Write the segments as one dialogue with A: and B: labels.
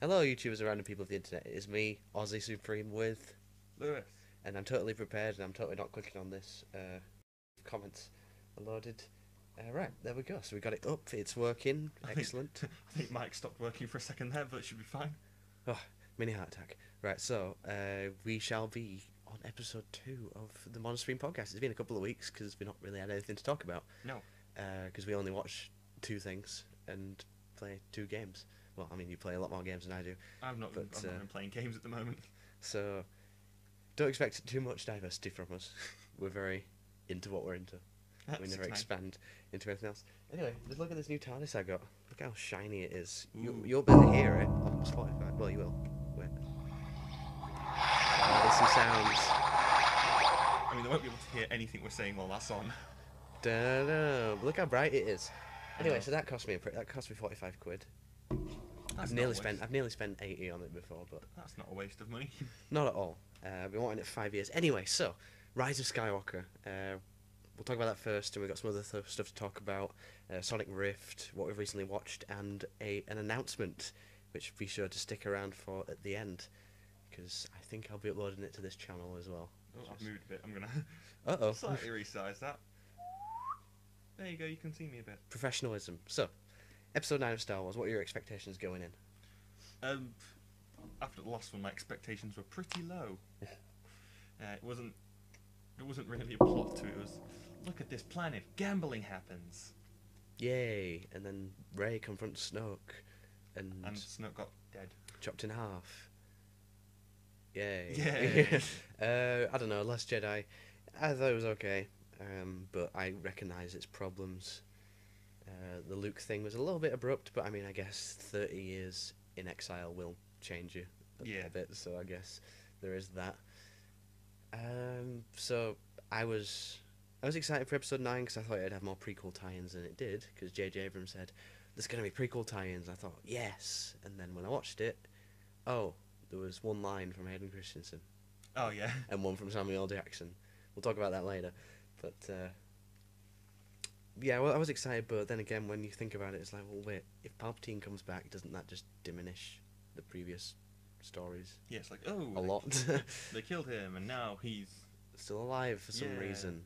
A: Hello, YouTubers and random people of the internet. It is me, Aussie Supreme, with,
B: Lewis.
A: and I'm totally prepared, and I'm totally not clicking on this. Uh, comments are loaded. Uh, right, there we go. So we got it up. It's working.
B: I think-
A: Excellent.
B: I think Mike stopped working for a second there, but it should be fine.
A: Oh, Mini heart attack. Right, so uh, we shall be on episode two of the Monostream podcast. It's been a couple of weeks because we've not really had anything to talk about.
B: No.
A: Because we only watch two things and play two games. Well, I mean, you play a lot more games than I do.
B: I've not, been,
A: But,
B: I've not
A: uh,
B: been playing games at the moment.
A: So don't expect too much diversity from us. we're very into what we're into.
B: That's
A: we never
B: okay.
A: expand into anything else. Anyway, just look at this new TARDIS I got. Look how shiny it is. You,
B: Ooh.
A: you'll be able to hear it on Spotify. Well, you will. Wait. Oh, there's some sounds.
B: I mean, they won't be able to hear anything we're saying while that's on.
A: Dunno. Look how bright it is. Anyway,
B: know.
A: so that cost me a pri- that cost me forty five quid.
B: That's not
A: I've
B: a
A: nearly
B: waste-
A: spent I've nearly spent eighty on it before, but
B: That's not a waste of money.
A: Not at all. Uh, I've been wanting it for five years. Anyway, so Rise of Skywalker. Uh, we'll talk about that first, and we've got some other th- stuff to talk about. Uh, Sonic Rift, what we've recently watched, and a an announcement, which be sure to stick around for at the end, because I think I'll be uploading it to this channel as well.
B: Oh, I've moved a bit. I'm gonna
A: Uh oh.
B: slightly resize that. There you go. You can see me a bit.
A: Professionalism. So, episode nine of Star Wars. What are your expectations going in?
B: Um, after the last one, my expectations were pretty low. Uh, it wasn't. It wasn't really a plot to it. It was, look at this planet. Gambling happens,
A: Yay! And then Ray confronts Snoke, and
B: and Snoke got dead.
A: chopped in half. Yay.
B: Yay.
A: uh, I don't know, Last Jedi. I thought it was okay, um, but I recognise its problems. Uh, the Luke thing was a little bit abrupt, but I mean, I guess 30 years in exile will change you a,
B: Yeah.
A: a bit, so I guess there is that. Um, so I was I was excited for episode 9 because I thought it'd have more prequel tie ins than it did, because J.J. Abrams said, there's going to be prequel tie-ins. I thought, yes. And then when I watched it, oh, there was one line from Hayden Christensen
B: Oh yeah.
A: and one from Samuel L. Jackson. We'll talk about that later. But uh, yeah, well, I was excited, but then again, when you think about it, it's like, well, wait, if Palpatine comes back, doesn't that just diminish the previous stories
B: Yeah. It's like oh. they-
A: a lot?
B: They killed him, and now he's.
A: Still alive for some
B: Yeah.
A: reason.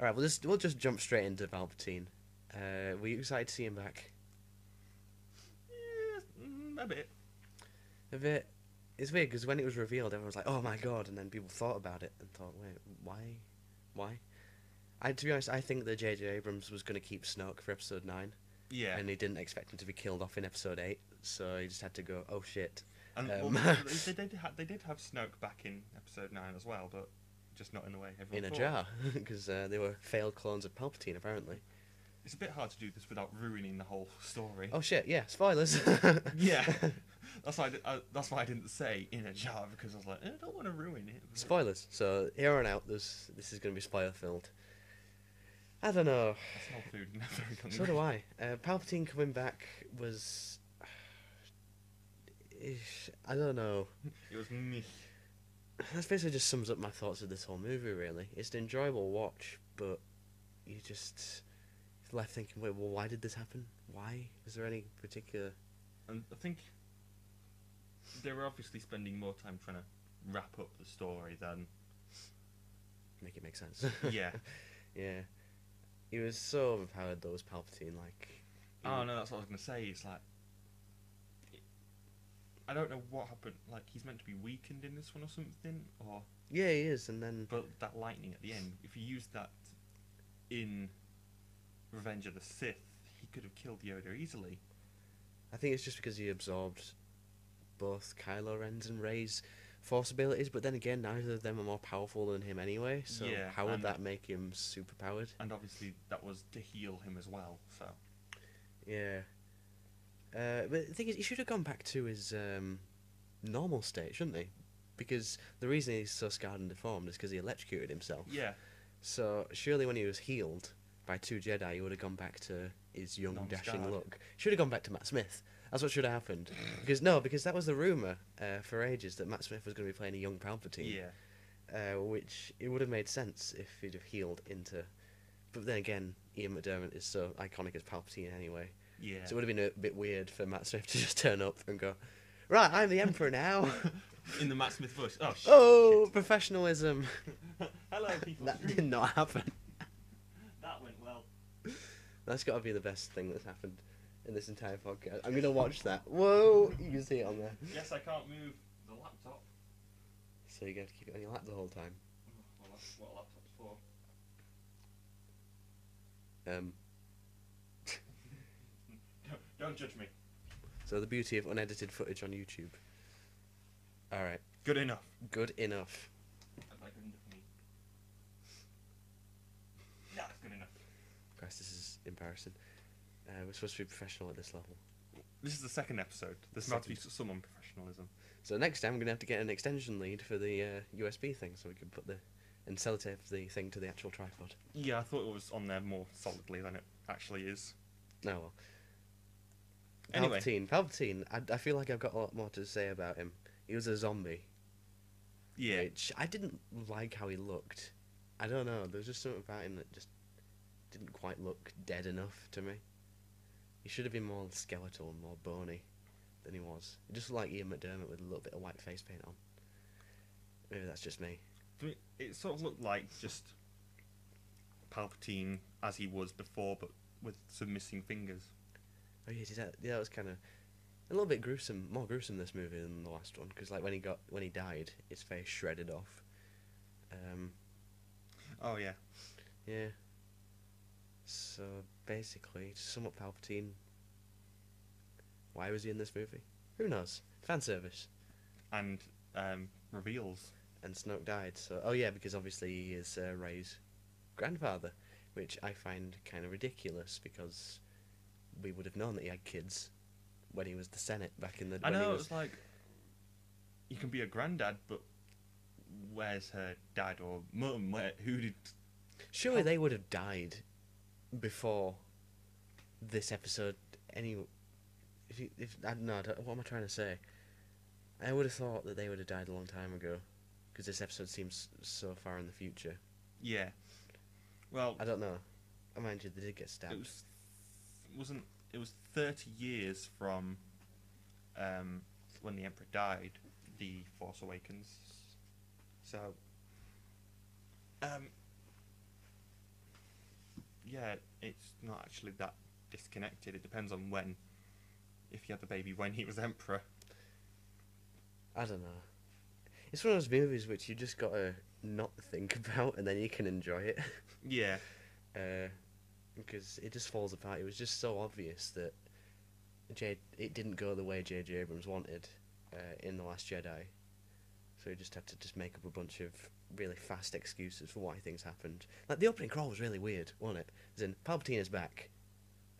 A: All right, we'll just we'll just jump straight into Palpatine. Uh, were you excited to see him back?
B: Yeah, mm, a bit.
A: a bit. It's weird because when it was revealed, everyone was like, "Oh my god!" and then people thought about it and thought, "Wait, why? Why?" I, to be honest, I think that J.J. Abrams was going to keep Snoke for Episode Nine,
B: Yeah.
A: and he didn't expect him to be killed off in Episode Eight, so he just had to go, "Oh shit!"
B: And
A: Um,
B: well, they, they did ha- they did have Snoke back in episode nine as well, but just not in the way everyone
A: in a
B: thought.
A: jar, because uh, they were failed clones of Palpatine, apparently.
B: It's a bit hard to do this without ruining the whole story.
A: Oh shit! Yeah, spoilers.
B: Yeah, that's why I, did, I that's why I didn't say in a jar because I was like eh, I don't want to ruin it. but-
A: spoilers. So here on out, there's this is going to be spoiler filled. I don't know.
B: I smell food and I'm very hungry.
A: So do I. Uh, Palpatine coming back was. Ish, I don't know.
B: It was me.
A: That basically just sums up my thoughts of this whole movie, really. It's an enjoyable watch, but you just left thinking, wait, well, why did this happen? Why? Was there any particular.
B: And I think they were obviously spending more time trying to wrap up the story than
A: Make it make sense.
B: yeah.
A: yeah. He was so overpowered, though, as Palpatine. Like. he
B: Oh
A: was-
B: no, that's what I was gonna say. It's like I don't know what happened. Like he's meant to be weakened in this one or something, or
A: Yeah, he is, and then.
B: but that lightning at the end. If he used that in Revenge of the Sith, he could have killed Yoda easily.
A: I think it's just because he absorbed both Kylo Ren's and Rey's force abilities, but then again, neither of them are more powerful than him anyway. So
B: Yeah,
A: how would
B: and-
A: that make him super powered?
B: And obviously that was to heal him as well. So
A: Yeah. Uh, but the thing is, he should have gone back to his um, normal state, shouldn't he? Because the reason he's so scarred and deformed is because he electrocuted himself.
B: yeah,
A: So surely, when he was healed by two Jedi, he would have gone back to his young, dashing
B: Non-scarred.
A: look. Should have gone back to Matt Smith. That's what should have happened. Because no, because that was the rumor uh, for ages that Matt Smith was going to be playing a young Palpatine.
B: yeah.
A: Uh, which it would have made sense if he'd have healed into. But then again, Ian McDermott is so iconic as Palpatine anyway.
B: Yeah.
A: So it would have been a bit weird for Matt Smith to just turn up and go, Right, I'm the emperor now.
B: in the Matt Smith voice. Oh, shit.
A: Oh, professionalism.
B: Hello, people.
A: That did not happen.
B: That went well.
A: That's got to be the best thing that's happened in this entire podcast. I'm gonna watch that. Whoa, you can see it on there.
B: Yes, I can't move the laptop.
A: So you got to keep it on your lap the whole time.
B: Well, that's what a laptop's for.
A: Um,
B: Don't- Don't judge me.
A: so the beauty of unedited footage on YouTube. All right,
B: Good enough.
A: good enough.
B: That's not good enough for me. That's good enough.
A: Christ, this is embarrassing. Uh, we're supposed to be professional at this level.
B: This is the second episode. There's about to be some unprofessionalism.
A: So next time I'm gonna have to get an extension lead for the uh, USB thing, so we can put the and sellotape the thing to the actual tripod.
B: Yeah, I thought it was on there more solidly than it actually is.
A: No. Oh, well.
B: Anyway.
A: Palpatine. Palpatine. I, I feel like I've got a lot more to say about him. He was a zombie.
B: Yeah.
A: Which I didn't like how he looked. I don't know. There was just something about him that just didn't quite look dead enough to me. He should have been more skeletal and more bony than he was. Just like Ian McDermott with a little bit of white face paint on. Maybe that's just me.
B: To me, It sort of looked like just Palpatine as he was before, but with some missing fingers.
A: Oh yeah, did that, yeah, that was kind of a little bit gruesome, more gruesome this movie than the last one because like when he got when he died, his face shredded off. Um,
B: Oh, yeah.
A: yeah. So basically, to sum up Palpatine, why was he in this movie? Who knows? Fan service.
B: And um, reveals.
A: And Snoke died. So oh yeah, because obviously he is uh, Ray's grandfather, which I find kind of ridiculous because we would have known that he had kids when he was the Senate back in the
B: I
A: when he
B: know,
A: was
B: it's like you can be a granddad, but where's her dad or mum? Where, who did.
A: Surely
B: How-
A: they would have died before this episode. Any, if you, if I don't know, I don't- what am I trying to say? I would have thought that they would have died a long time ago, because this episode seems so far in the future.
B: Yeah. Well,
A: I don't know. I mind you, they did get stabbed.
B: it was wasn't it was 30 years from um, when the emperor died the force awakens so um, yeah it's not actually that disconnected it depends on when if he had the baby when he was emperor
A: I don't know. It's one of those movies which you just gotta not think about, and then you can enjoy it.
B: yeah
A: uh, because it just falls apart. It was just so obvious that J- it didn't go the way J.J. Abrams wanted uh, in The Last Jedi. So he just had to just make up a bunch of really fast excuses for why things happened. Like the opening crawl was really weird, wasn't it? As in, Palpatine is back,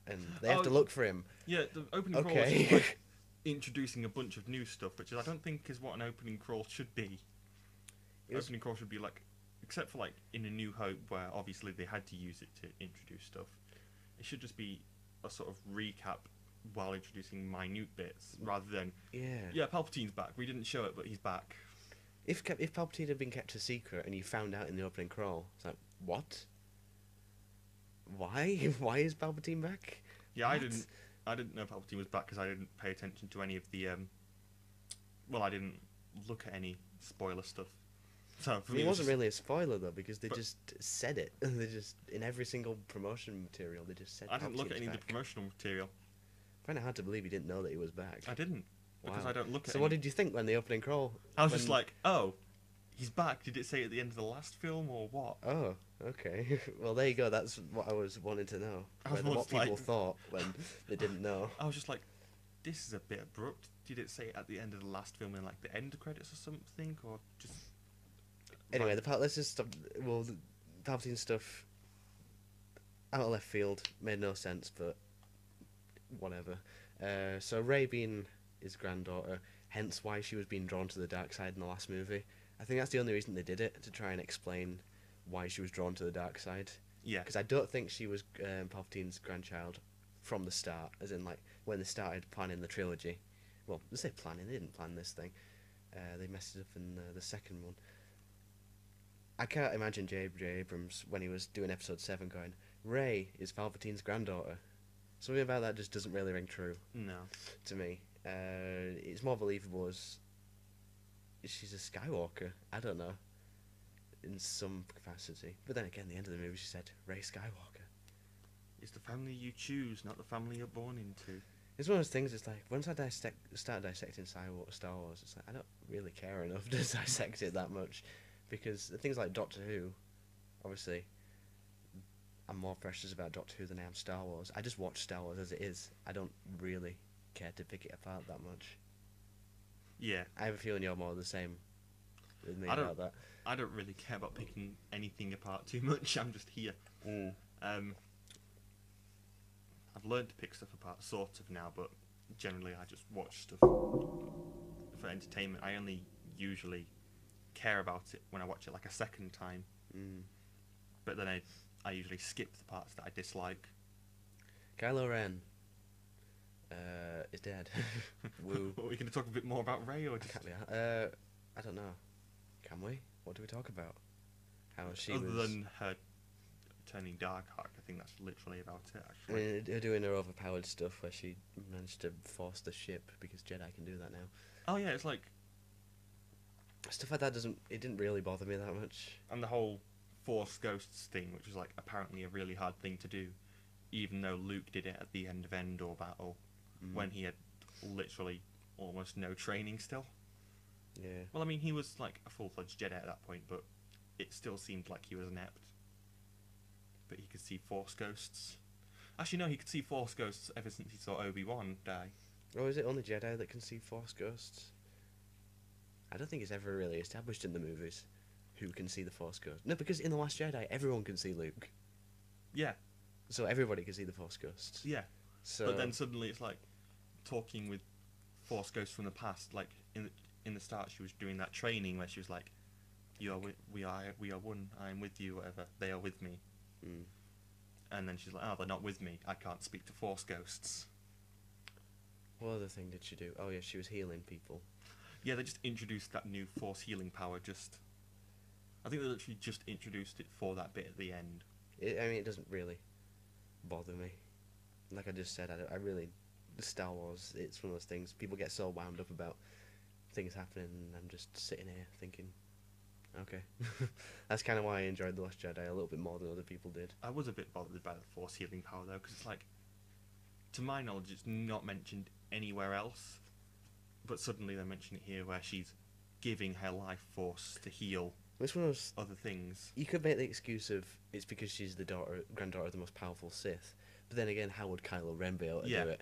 A: and they have
B: Oh,
A: to look for him.
B: yeah the opening crawl was
A: Okay.
B: just like introducing a bunch of new stuff which i don't think is what an opening crawl should be
A: It was-
B: opening crawl should be like, except for like in A New Hope, where obviously they had to use it to introduce stuff. It should just be a sort of recap while introducing minute bits, rather than
A: yeah.
B: yeah, Palpatine's back. We didn't show it, but he's back.
A: If Cap- if Palpatine had been kept a secret and you found out in the opening crawl, it's like what? Why? Why is Palpatine back?
B: Yeah, I
A: What?
B: didn't, I didn't know Palpatine was back because I didn't pay attention to any of the, um, well, I didn't look at any spoiler stuff. So for
A: I mean,
B: me, it
A: it
B: was
A: wasn't
B: just-
A: really a spoiler though, because they
B: But-
A: just said it. they just in every single promotion material, they just said.
B: I didn't look at
A: Palpatine's
B: any of the
A: back.
B: promotional material.
A: I find it hard to believe he didn't know that he was back.
B: I didn't because
A: Wow.
B: I don't look at.
A: so
B: any
A: what did you think when the opening crawl?
B: I was
A: when-
B: just like, oh, he's back. Did it say at the end of the last film or what?
A: Oh, okay. well, there you go. That's what I was wanting to know.
B: I was
A: whether what
B: almost like-
A: people thought when they didn't know.
B: I was just like, this is a bit abrupt. Did it say at the end of the last film in like the end credits or something or just?
A: Anyway,
B: Right.
A: the Pal- let's just stop. Well, the Palpatine stuff out of left field made no sense, but whatever. Uh, so Ray being his granddaughter, hence why she was being drawn to the dark side in the last movie. I think that's the only reason they did it to try and explain why she was drawn to the dark side.
B: yeah,
A: Because I don't think she was um, Palpatine's grandchild from the start, as in like when they started planning the trilogy. Well, they say planning; they didn't plan this thing. Uh, they messed it up in uh, the second one. I can't imagine J.J. Abrams when he was doing Episode Seven going, "Ray is Palpatine's granddaughter." Something about that just doesn't really ring true
B: no.
A: to me. Uh, it's more believable as she's a Skywalker. I don't know, in some capacity. But then again, at the end of the movie, she said Ray Skywalker.
B: It's the family you choose, not the family you're born into.
A: It's one of those things. It's like once I dissect, start dissecting Sci- Star Wars, it's like I don't really care enough to dissect it that much, because the things like Doctor Who, obviously, I'm more precious about Doctor Who than I am Star Wars. I just watch Star Wars as it is. I don't really care to pick it apart that much.
B: Yeah,
A: I have a feeling you're more the same with me
B: I don't-
A: about that.
B: I don't really care about picking anything apart too much. I'm just here. Um, I've learned to pick stuff apart, sort of now, but generally I just watch stuff for entertainment. I only usually care about it when I watch it like a second time,
A: Mm.
B: but then I, I usually skip the parts that I dislike.
A: Kylo Ren uh, is dead. Woo.
B: Are we going to talk a bit more about Ray or just
A: Can't be. ar- Uh, I don't know. Can we? What do we talk about? How she
B: other
A: was.
B: than her turning dark arc? I think that's literally about it.
A: I
B: Actually,
A: mean, her uh, doing her overpowered stuff where she managed to force the ship because Jedi can do that now.
B: oh yeah, it's like
A: Stuff like that doesn't. It didn't really bother me that much.
B: and the whole Force Ghosts thing, which was like apparently a really hard thing to do, even though Luke did it at the end of Endor battle
A: Mm.
B: when he had literally almost no training still.
A: Yeah.
B: Well, I mean, he was like a full fledged Jedi at that point, but it still seemed like he was inept. But he could see Force Ghosts. Actually, no, he could see Force Ghosts ever since he saw Obi Wan die.
A: Or is it only Jedi that can see Force ghosts? I don't think it's ever really established in the movies who can see the Force ghost. No, because in the Last Jedi, everyone can see Luke,
B: Yeah,
A: so everybody can see the Force ghosts.
B: yeah.
A: So
B: But then suddenly it's like talking with Force Ghosts from the past. Like in the, in the start, she was doing that training where she was like, "You are wi- we are we are one. I am with you. Whatever they are with me."
A: Mm.
B: And then she's like, "Oh, they're not with me. I can't speak to Force Ghosts."
A: what other thing did she do? Oh yeah, she was healing people.
B: Yeah, they just introduced that new Force healing power. Just, I think they literally just introduced it for that bit at the end.
A: It, I mean, it doesn't really bother me. Like I just said, I, don't- I really the Star Wars. It's one of those things people get so wound up about things happening, and I'm just sitting here thinking, okay. That's kind of why I enjoyed the Last Jedi a little bit more than other people did.
B: I was a bit bothered by the Force healing power though, because it's like, to my knowledge, it's not mentioned anywhere else, but suddenly they mention it here, where she's giving her life force to heal
A: This one was
B: other things.
A: you could make the excuse of it's because she's the daughter, granddaughter of the most powerful Sith. But then again, how would Kylo Ren be able to
B: Yeah.
A: do it?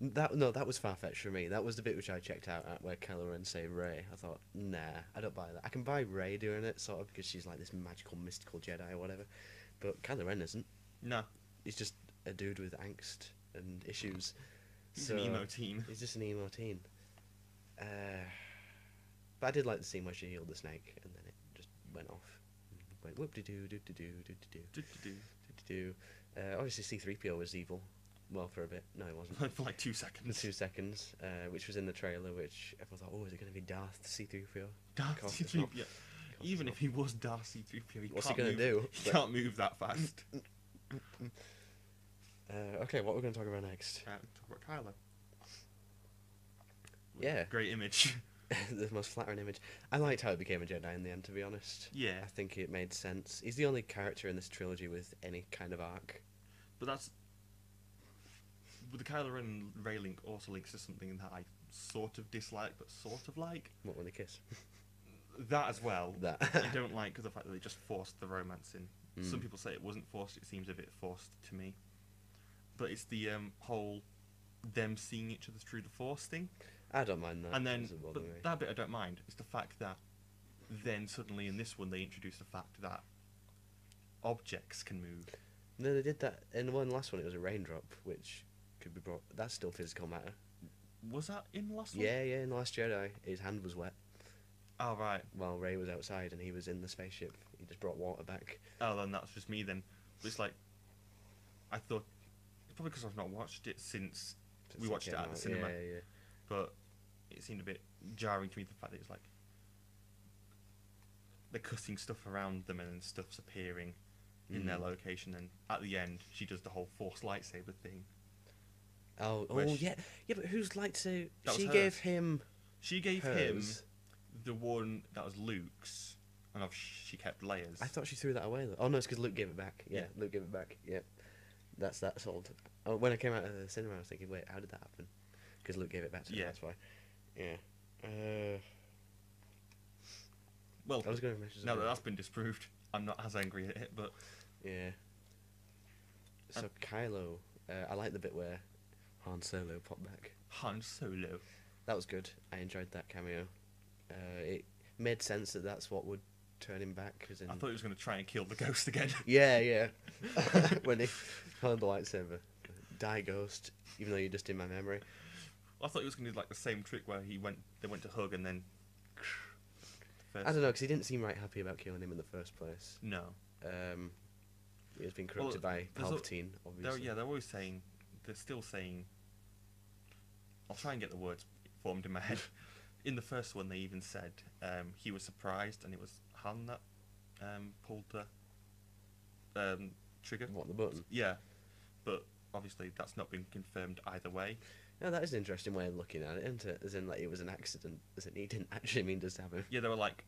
A: N- That no, that was far fetched for me. That was the bit which I checked out at where Kylo Ren saved Ray. I thought, nah, I don't buy that. I can buy Ray doing it sort of because she's like this magical, mystical Jedi or whatever. But Kylo Ren isn't.
B: No,
A: He's just a dude with angst and issues.
B: he's
A: so
B: an emo teen.
A: he's just an emo teen. Uh, but I did like the scene where she healed the snake and then it just went off. Went whoop de doo doo doo doo doo doo.
B: Du-du-du.
A: Do-do-do. Uh, obviously, C3PO was evil. Well, for a bit. No, he wasn't.
B: For like two
A: For
B: seconds.
A: two seconds, uh, which was in the trailer, which everyone thought, oh, is it going to be Darth C3PO?
B: Darth
A: Cost
B: C
A: it's
B: three
A: not.
B: PO.
A: Of course
B: Even
A: not.
B: if he was Darth C three PO, he
A: What's he
B: can't move.
A: gonna do?
B: He
A: Like-
B: can't move that fast.
A: Uh, okay, what we're going to talk about next?
B: Uh, talk about Kylo.
A: Yeah.
B: Great image.
A: the most flattering image. I liked how it became a Jedi in the end, to be honest.
B: yeah.
A: I think it made sense. He's the only character in this trilogy with any kind of arc.
B: But that's but the Kylo Ren and Ray link also links to something that I sort of dislike, but sort of like
A: What when they kiss?
B: that as well.
A: That.
B: I don't like the fact that they just forced the romance in.
A: Mm.
B: Some people say it wasn't forced; it seems a bit forced to me. But it's the um, whole them seeing each other through the Force thing,
A: I don't mind that.
B: and then
A: doesn't bother
B: but
A: me.
B: that bit I don't mind. It's the fact that then suddenly in this one they introduce the fact that objects can move.
A: No, they did that in the one last one. It was a raindrop, which could be brought. That's still physical matter.
B: Was that in the last one?
A: Yeah, yeah. In the Last Jedi, his hand was wet.
B: Oh right.
A: while Ray was outside and he was in the spaceship. He just brought water back.
B: Oh, then that's just me then. It's like, I thought, it's probably because I've not watched it since,
A: since
B: we watched it
A: came
B: at the
A: out.
B: cinema,
A: Yeah, yeah.
B: but it seemed a bit jarring to me the fact that it's like, they're cutting stuff around them and then stuff's appearing in their
A: Mm.
B: location, and at the end, she does the whole Force lightsaber thing.
A: Oh, oh
B: Where she-
A: yeah, yeah. But who's like to?
B: That was
A: She
B: hers.
A: gave him
B: She gave
A: Hers.
B: him the one that was Luke's, and obviously she kept Leia's.
A: I thought she threw that away. Though. Oh no, it's because Luke gave it back. Yeah,
B: Yeah.
A: Luke gave it back. Yeah, that's that sold. Oh, when I came out of the cinema, I was thinking, wait, how did that happen? Because Luke gave it back to him.
B: Yeah.
A: That's why. Yeah. Uh,
B: well,
A: I was going to mention.
B: now that
A: something.
B: that's been disproved, I'm not as angry at it. But
A: Yeah. So Kylo, uh, I like the bit where Han Solo popped back.
B: Han Solo,
A: That was good. I enjoyed that cameo. Uh, it made sense that that's what would turn him back. Cause in...
B: I thought he was going to try and kill the ghost again.
A: Yeah, yeah. when he held the lightsaber, die ghost, even though you're just in my memory.
B: I thought he was going to do like the same trick where he went, they went to hug and then. First,
A: I don't know because he didn't seem right happy about killing him in the first place.
B: No,
A: Um, he has been
B: Well,
A: corrupted by
B: there's al-
A: Palpatine,
B: they're,
A: obviously.
B: yeah, they're always saying, they're still saying. I'll try and get the words formed in my head. in the first one, they even said um, he was surprised, and it was Han that um, pulled the um, trigger.
A: What the button?
B: Yeah, but obviously that's not been confirmed either way.
A: No, that is an interesting way of looking at it, isn't it? As in, like it was an accident. As in, he didn't actually mean to stab him.
B: Yeah, they were like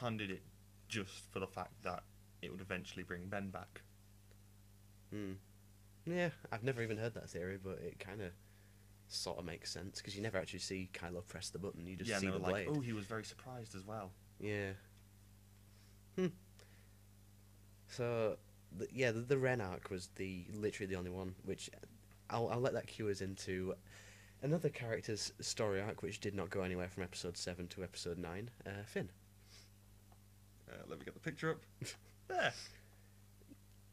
B: handed it just for the fact that it would eventually bring Ben back.
A: Hmm. Yeah, I've never even heard that theory, but it kind of sort of makes sense because you never actually see Kylo press the button. You just
B: yeah, and
A: see
B: they
A: the
B: were like,
A: blade.
B: oh, he was very surprised as well.
A: Yeah. Hmm. So, the, yeah, the, the Ren arc was the literally the only one which I'll, I'll let that cue us into another character's story arc which did not go anywhere from episode seven to episode nine. Uh, Finn
B: Uh, let me get the picture up. there.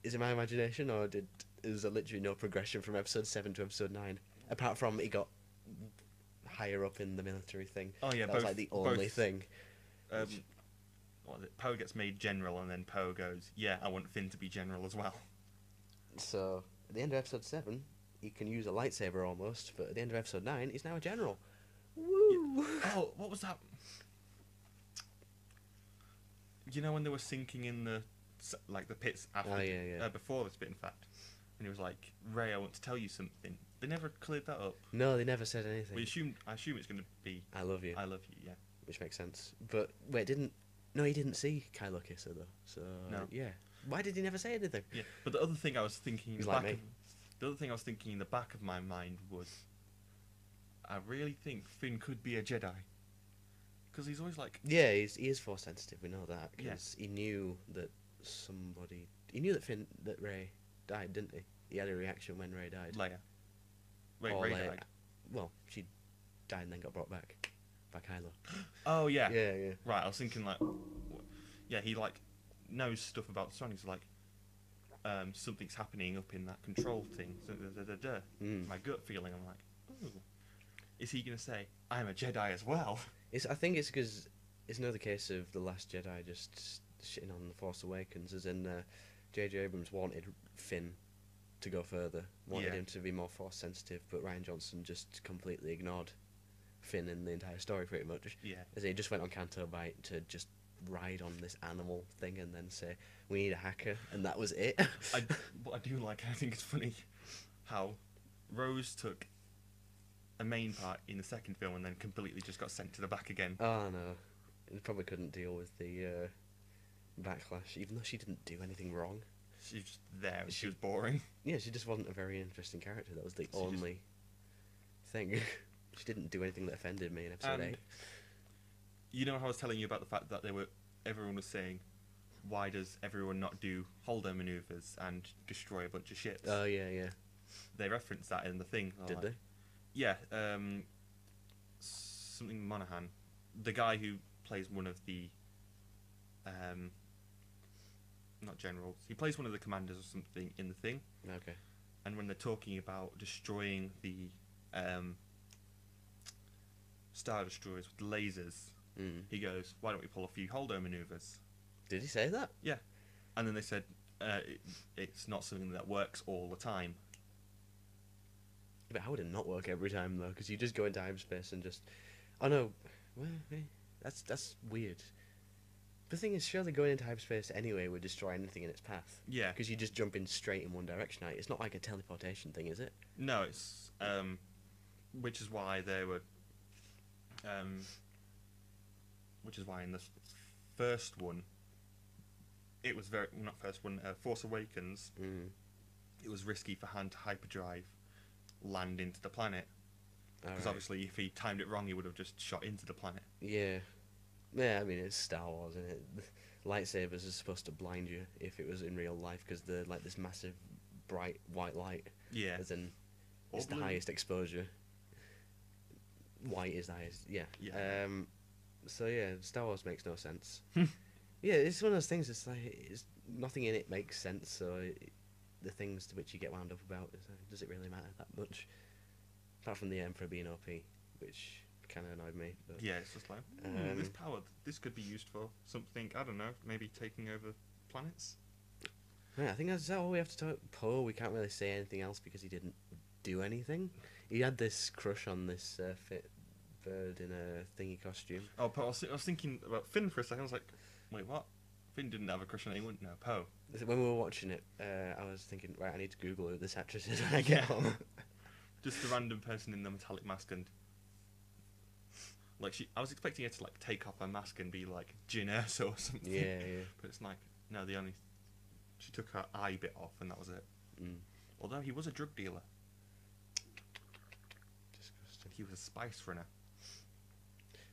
A: is it my imagination or did is there literally no progression from episode seven to episode nine apart from he got higher up in the military thing?
B: Oh yeah,
A: that was
B: both.
A: like the only
B: both,
A: thing.
B: Um, what was it? Poe gets made general, and then Poe goes, "Yeah, I want Finn to be general as well."
A: So at the end of episode seven, he can use a lightsaber almost, but at the end of episode nine, he's now a general. Woo!
B: oh, what was that? You know when they were sinking in the s- like the pits after,
A: Oh, yeah, yeah.
B: Uh, before this bit, in fact, and he was like, "Ray, I want to tell you something." They never cleared that up.
A: No, they never said anything.
B: We assumed. I assume it's going to be
A: I love you,
B: "I love you." Yeah,
A: which makes sense. But wait, didn't? No, he didn't see Kylo kiss her though. So
B: No.
A: yeah. Why did he never say anything?
B: yeah. But the other thing I was thinking, in
A: He's
B: the
A: like
B: back of,
A: me.
B: the other thing I was thinking in the back of my mind was, I really think Finn could be a Jedi, because he's always like,
A: Yeah, he's, he is force sensitive. We know that
B: Yeah.
A: because he knew that somebody. He knew that Finn that Ray died, didn't he? He had a reaction when Ray died.
B: Leia. Wait,
A: Or
B: Ray
A: Oh, Leia-
B: died.
A: Well, she died and then got brought back by Kylo.
B: Oh
A: yeah, yeah.
B: Right, I was thinking like, wh- yeah, he like knows stuff about the surroundings. Like, um, something's happening up in that control thing. So, da, da, da, da.
A: Mm.
B: My gut feeling, I'm like, ooh, is he gonna say I'm a Jedi as well?
A: It's, I think it's because it's another case of the Last Jedi just shitting on the Force Awakens, as in uh, J.J. Abrams wanted Finn to go further, wanted
B: Yeah.
A: him to be more Force sensitive, but Ryan Johnson just completely ignored Finn in the entire story, pretty much.
B: Yeah,
A: As he just went on Canto Bite to just ride on this animal thing and then say, "We need a hacker," and that was it.
B: I, what I do like, I think it's funny how Rose took a main part in the second film and then completely just got sent to the back again.
A: Oh no, he probably couldn't deal with the uh, backlash, even though she didn't do anything wrong.
B: She was just there. and She was boring.
A: Yeah, she just wasn't a very interesting character. That was the
B: just-
A: only thing. she didn't do anything that offended me in episode
B: And-
A: eight.
B: you know how I was telling you about the fact that they were everyone was saying, why does everyone not do holder maneuvers and destroy a bunch of ships?
A: Oh yeah, yeah.
B: they referenced that in the thing. I'm
A: Did
B: like,
A: they?
B: Yeah, um, something Monaghan, the guy who plays one of the, um, not generals. He plays one of the commanders or something in the thing.
A: Okay.
B: And when they're talking about destroying the um, star destroyers with lasers,
A: Mm.
B: he goes, "Why don't we pull a few holdo maneuvers?"
A: Did he say that?
B: Yeah, and then they said uh, it, it's not something that works all the time.
A: But how would it not work every time though? Because you just go eh, into hyperspace and just. Oh no, where? where- That's that's weird. The thing is, surely going into hyperspace anyway would destroy anything in its path.
B: Yeah.
A: Because you're just jumping straight in one direction. Right? It's not like a teleportation thing, is it?
B: No, it's um, which is why they were, um, which is why in the f- first one, it was very well, not first one, uh, Force Awakens.
A: Mm.
B: It was risky for Han to hyperdrive, land into the planet because
A: Alright.
B: obviously if he timed it wrong, he would have just shot into the planet.
A: Yeah. Yeah, I mean it's Star Wars, and it lightsabers are supposed to blind you if it was in real life because they're like this massive bright white light,
B: Yeah,
A: as in
B: Or
A: it's the
B: blue.
A: highest exposure. White is the highest, yeah.
B: Yeah. Hmm.
A: Um, so yeah, Star Wars makes no sense. yeah, it's one of those things. It's like it's, nothing in it makes sense. So it, the things to which you get wound up about is like, does it really matter that much? Apart from the Emperor being OP, which kind of annoyed me. But.
B: Yeah, it's just like "Ooh, Hmm, this
A: Um,
B: power. This could be used for something. I don't know. Maybe taking over planets.
A: Yeah, I think that's all we have to talk. Poe, we can't really say anything else because he didn't do anything. He had this crush on this uh, fit bird in a thingy costume.
B: Oh, Poe. I was, I was thinking about Finn for a second. I was like, wait, what? Finn didn't have a crush on anyone. No, Poe.
A: When we were watching it, uh, I was thinking, right, I need to Google who this actress is when I get
B: Yeah.
A: home.
B: Just the random person in the metallic mask and. Like she, I was expecting her to like take off her mask and be like Jyn Erso or something.
A: yeah, yeah.
B: But it's like no, the only she took her eye bit off and that was it.
A: Mm,
B: Although he was a drug dealer,
A: disgusting.
B: he was a spice runner.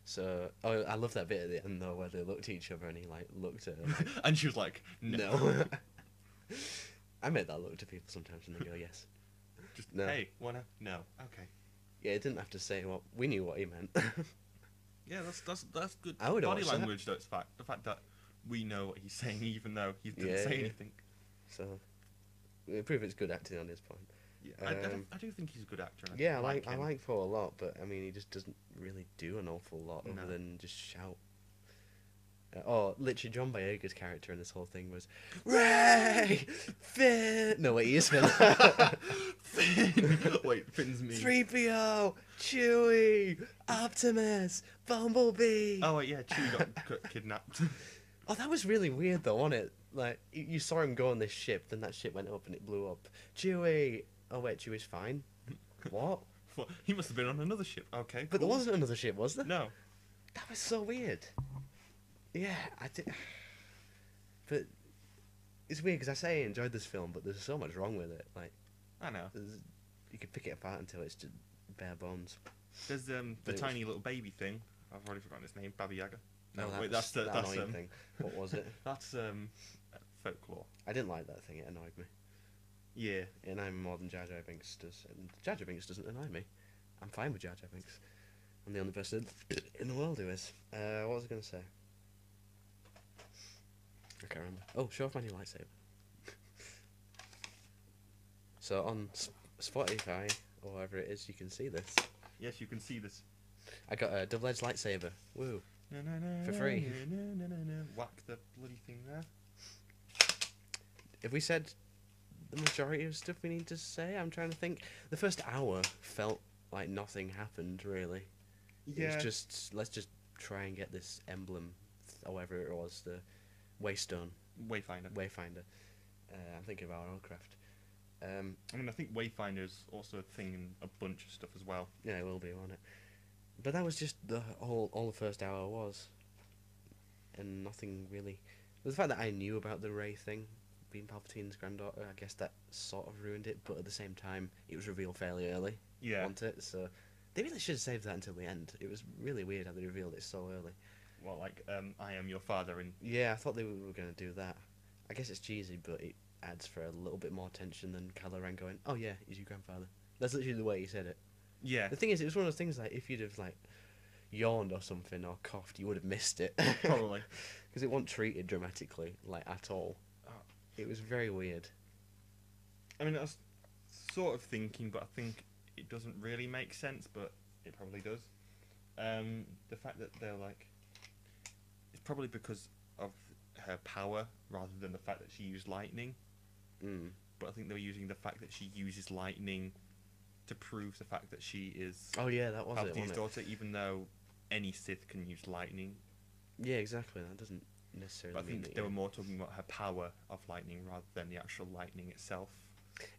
A: So, oh, I love that bit at the end though, where they looked at each other and he like looked at her like,
B: and she was like,
A: no. I make that look to people sometimes and they go yes.
B: Just
A: No.
B: hey, wanna? No. Okay.
A: Yeah, it didn't have to say what we knew what he meant.
B: Yeah, that's that's that's good.
A: I would
B: Body
A: watch that.
B: language, though, it's fact. The fact that we know what he's saying, even though he didn't
A: Yeah,
B: say
A: yeah.
B: anything.
A: so, we prove it's good acting on his point.
B: Yeah, I, I do-
A: Um,
B: I do think he's a good actor. and
A: Yeah, I like, I
B: him.
A: like Poe a lot, but I mean, he just doesn't really do an awful lot
B: No.
A: other than just shout. Uh, oh, literally, John Boyega's character in this whole thing was Ray Finn. No, wait, he is Finn.
B: Finn. Wait, Finn's me.
A: Three PO, Chewie, Optimus, Bumblebee.
B: Oh wait, yeah, Chewie got got kidnapped.
A: Oh, that was really weird though, wasn't it? Like you, you saw him go on this ship, then that ship went up and it blew up. Chewie. Oh wait, Chewie's fine. what?
B: What? he must have been on another ship. Okay,
A: But there
B: cool.
A: wasn't another ship, was there?
B: no.
A: That was so weird. Yeah, I did. But it's weird because I say I enjoyed this film, but there's so much wrong with it. Like,
B: I know.
A: there's, you could pick it apart until it's just bare bones.
B: There's um,
A: But it
B: the
A: was-
B: tiny little baby thing. I've already forgotten his name. Baba Yaga. No,
A: that
B: wait, that's the,
A: Oh, that
B: that's
A: annoying
B: um,
A: thing. What was it?
B: that's um, folklore.
A: I didn't like that thing. It annoyed me.
B: Yeah.
A: And I'm more than Jar Jar Binks does, and Jar Jar Binks doesn't annoy me. I'm fine with Jar Jar Binks. I'm the only person in the world who is. Uh, what was I going to say? I can't remember. Oh, show off my new lightsaber. so on S- Spotify or wherever it is, you can see this.
B: Yes, you can see this.
A: I got a double-edged lightsaber. Woo!
B: Na, na, na,
A: For
B: na,
A: free.
B: na, na, na, na, na. Whack the bloody thing there.
A: If we said the majority of stuff we need to say, I'm trying to think. The first hour felt like nothing happened really. It was just let's just try and get this emblem, however it was, the Waystone
B: Wayfinder.
A: Wayfinder. Uh, I'm thinking of our craft. Um,
B: I mean, I think Wayfinder is also a thing in a bunch of stuff as well.
A: yeah, it will be, won't it? But that was just the whole all the first hour was, and nothing really. The fact that I knew about the Ray thing, being Palpatine's granddaughter, I guess that sort of ruined it. But at the same time, it was revealed fairly early.
B: Yeah.
A: wasn't it? So they really should have saved that until the end. It was really weird how they revealed it so early.
B: Well, like, um, I am your father, and
A: Yeah, I thought they were going to do that. I guess it's cheesy, but it adds for a little bit more tension than Kylo Ren going, "Oh yeah, he's your grandfather." That's literally the way he said it.
B: yeah,
A: The thing is, it was one of those things like if you'd have like yawned or something or coughed, you would have missed it because
B: probably.
A: it wasn't treated dramatically like at all.
B: Oh.
A: It was very weird.
B: I mean, I was sort of thinking, but I think it doesn't really make sense, but it probably does. Um, the fact that they're like, it's probably because of her power rather than the fact that she used lightning.
A: Mm.
B: But I think they were using the fact that she uses lightning to prove the fact that she is
A: Oh yeah, that was it.
B: Palpatine's
A: Wasn't it?
B: daughter, even though any Sith can use lightning.
A: Yeah, exactly. That doesn't necessarily
B: But I
A: mean
B: think
A: that,
B: they
A: yeah.
B: were more talking about her power of lightning rather than the actual lightning itself.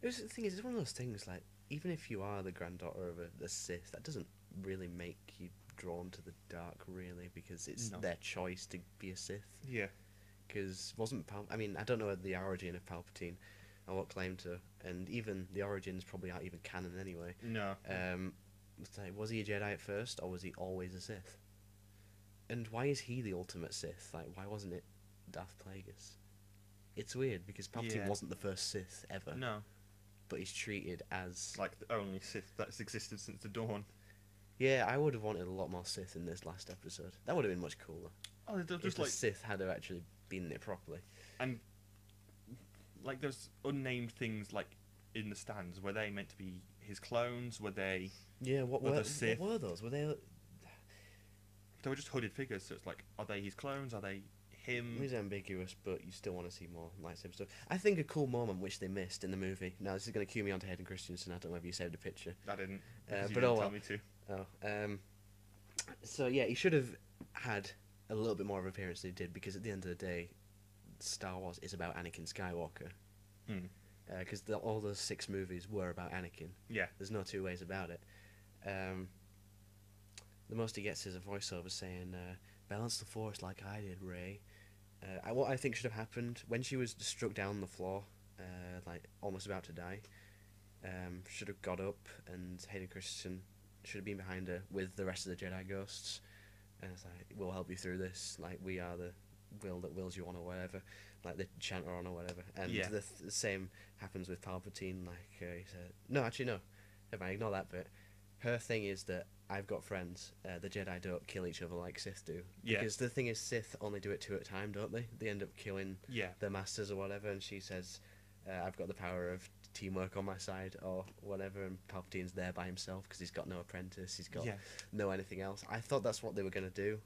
A: It was, the thing is, it's one of those things like even if you are the granddaughter of a, a Sith, that doesn't really make you drawn to the dark, really, because it's
B: No.
A: their choice to be a Sith.
B: Yeah.
A: Because wasn't Pal? I mean, I don't know the origin of Palpatine or what claim to, and even the origins probably aren't even canon anyway.
B: No.
A: Um, it's like, was he a Jedi at first, or was he always a Sith? And why is he the ultimate Sith? Like, why wasn't it Darth Plagueis? It's weird because Palpatine
B: Yeah.
A: wasn't the first Sith ever
B: no.
A: but he's treated as
B: It's like the only Sith that's existed since the dawn.
A: yeah i would have wanted a lot more sith in this last episode that would have been much cooler
B: Oh, they're
A: if
B: just
A: the
B: like
A: sith had have actually been there properly
B: and like those unnamed things like in the stands were they meant to be his clones? Were they?
A: yeah what
B: Were
A: were,
B: the
A: what
B: Sith- Hmm.
A: were those were they
B: They were just hooded figures. So it's like, are they his clones? Are they
A: it
B: him?
A: was ambiguous but you still want to see more lightsaber stuff i think a cool moment which they missed in the movie now this is going to cue me onto hayden christensen i don't know if you saved a picture
B: I didn't.
A: Uh,
B: because you
A: but
B: didn't
A: oh
B: tell
A: well.
B: me to.
A: Oh, um, so yeah, he should have had a little bit more of an appearance than he did because at the end of the day, Star Wars is about Anakin Skywalker.
B: Hmm.
A: Because the all those six movies were about Anakin.
B: Yeah.
A: There's no two ways about it. Um, the most he gets is a voiceover saying, uh, "Balance the force like I did, Ray." Uh, I, what I think should have happened when she was struck down on the floor, uh, like almost about to die, um, should have got up, and Hayden Christensen should have been behind her with the rest of the Jedi ghosts, and it's like, "We'll help you through this. Like we are the will that wills you on, or whatever." Like the chant her on, or whatever. And
B: Yeah.
A: the, th- the same happens with Palpatine. Like uh, he said, "No, actually, no. Never mind. Ignore that bit." her thing is that I've got friends. Uh, the Jedi don't kill each other like Sith do.
B: Yeah.
A: Because the thing is, Sith only do it two at a time, don't they? They end up killing
B: Yeah.
A: their masters or whatever. And she says, uh, "I've got the power of teamwork on my side," or whatever. And Palpatine's there by himself because he's got no apprentice. He's got
B: Yeah.
A: no anything else. I thought that's what they were gonna do.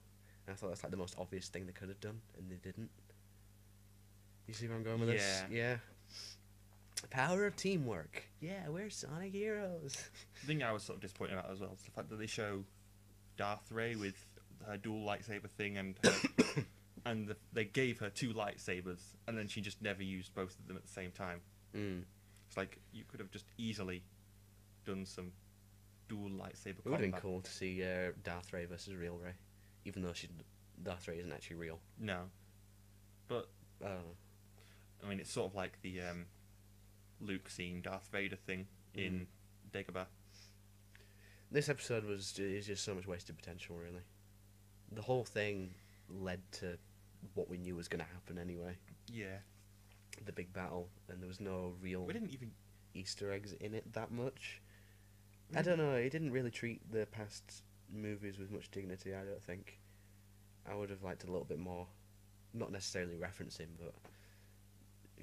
A: And I thought that's like the most obvious thing they could have done, and they didn't. You see where I'm going with this?
B: Yeah.
A: Yeah. Power of teamwork. Yeah, we're Sonic heroes.
B: The thing I was sort of disappointed about as well is the fact that they show Darth Ray with her dual lightsaber thing, and her, and the, they gave her two lightsabers, and then she just never used both of them at the same time.
A: mm.
B: It's like you could have just easily done some dual lightsaber
A: It would have been
B: combat.
A: cool to see uh, Darth Ray versus real Ray, even though she Darth Ray isn't actually real.
B: No, but
A: I don't know.
B: I mean it's sort of like the um, Luke seeing Darth Vader thing in
A: Mm.
B: Dagobah.
A: This episode was ju- is just so much wasted potential, really. The whole thing led to what we knew was going to happen anyway,
B: Yeah,
A: the big battle, and there was no real
B: we didn't even.
A: Easter eggs in it that much.
B: we
A: I
B: didn't-
A: don't know. It didn't really treat the past movies with much dignity. I don't think. I would have liked a little bit more, not necessarily referencing, but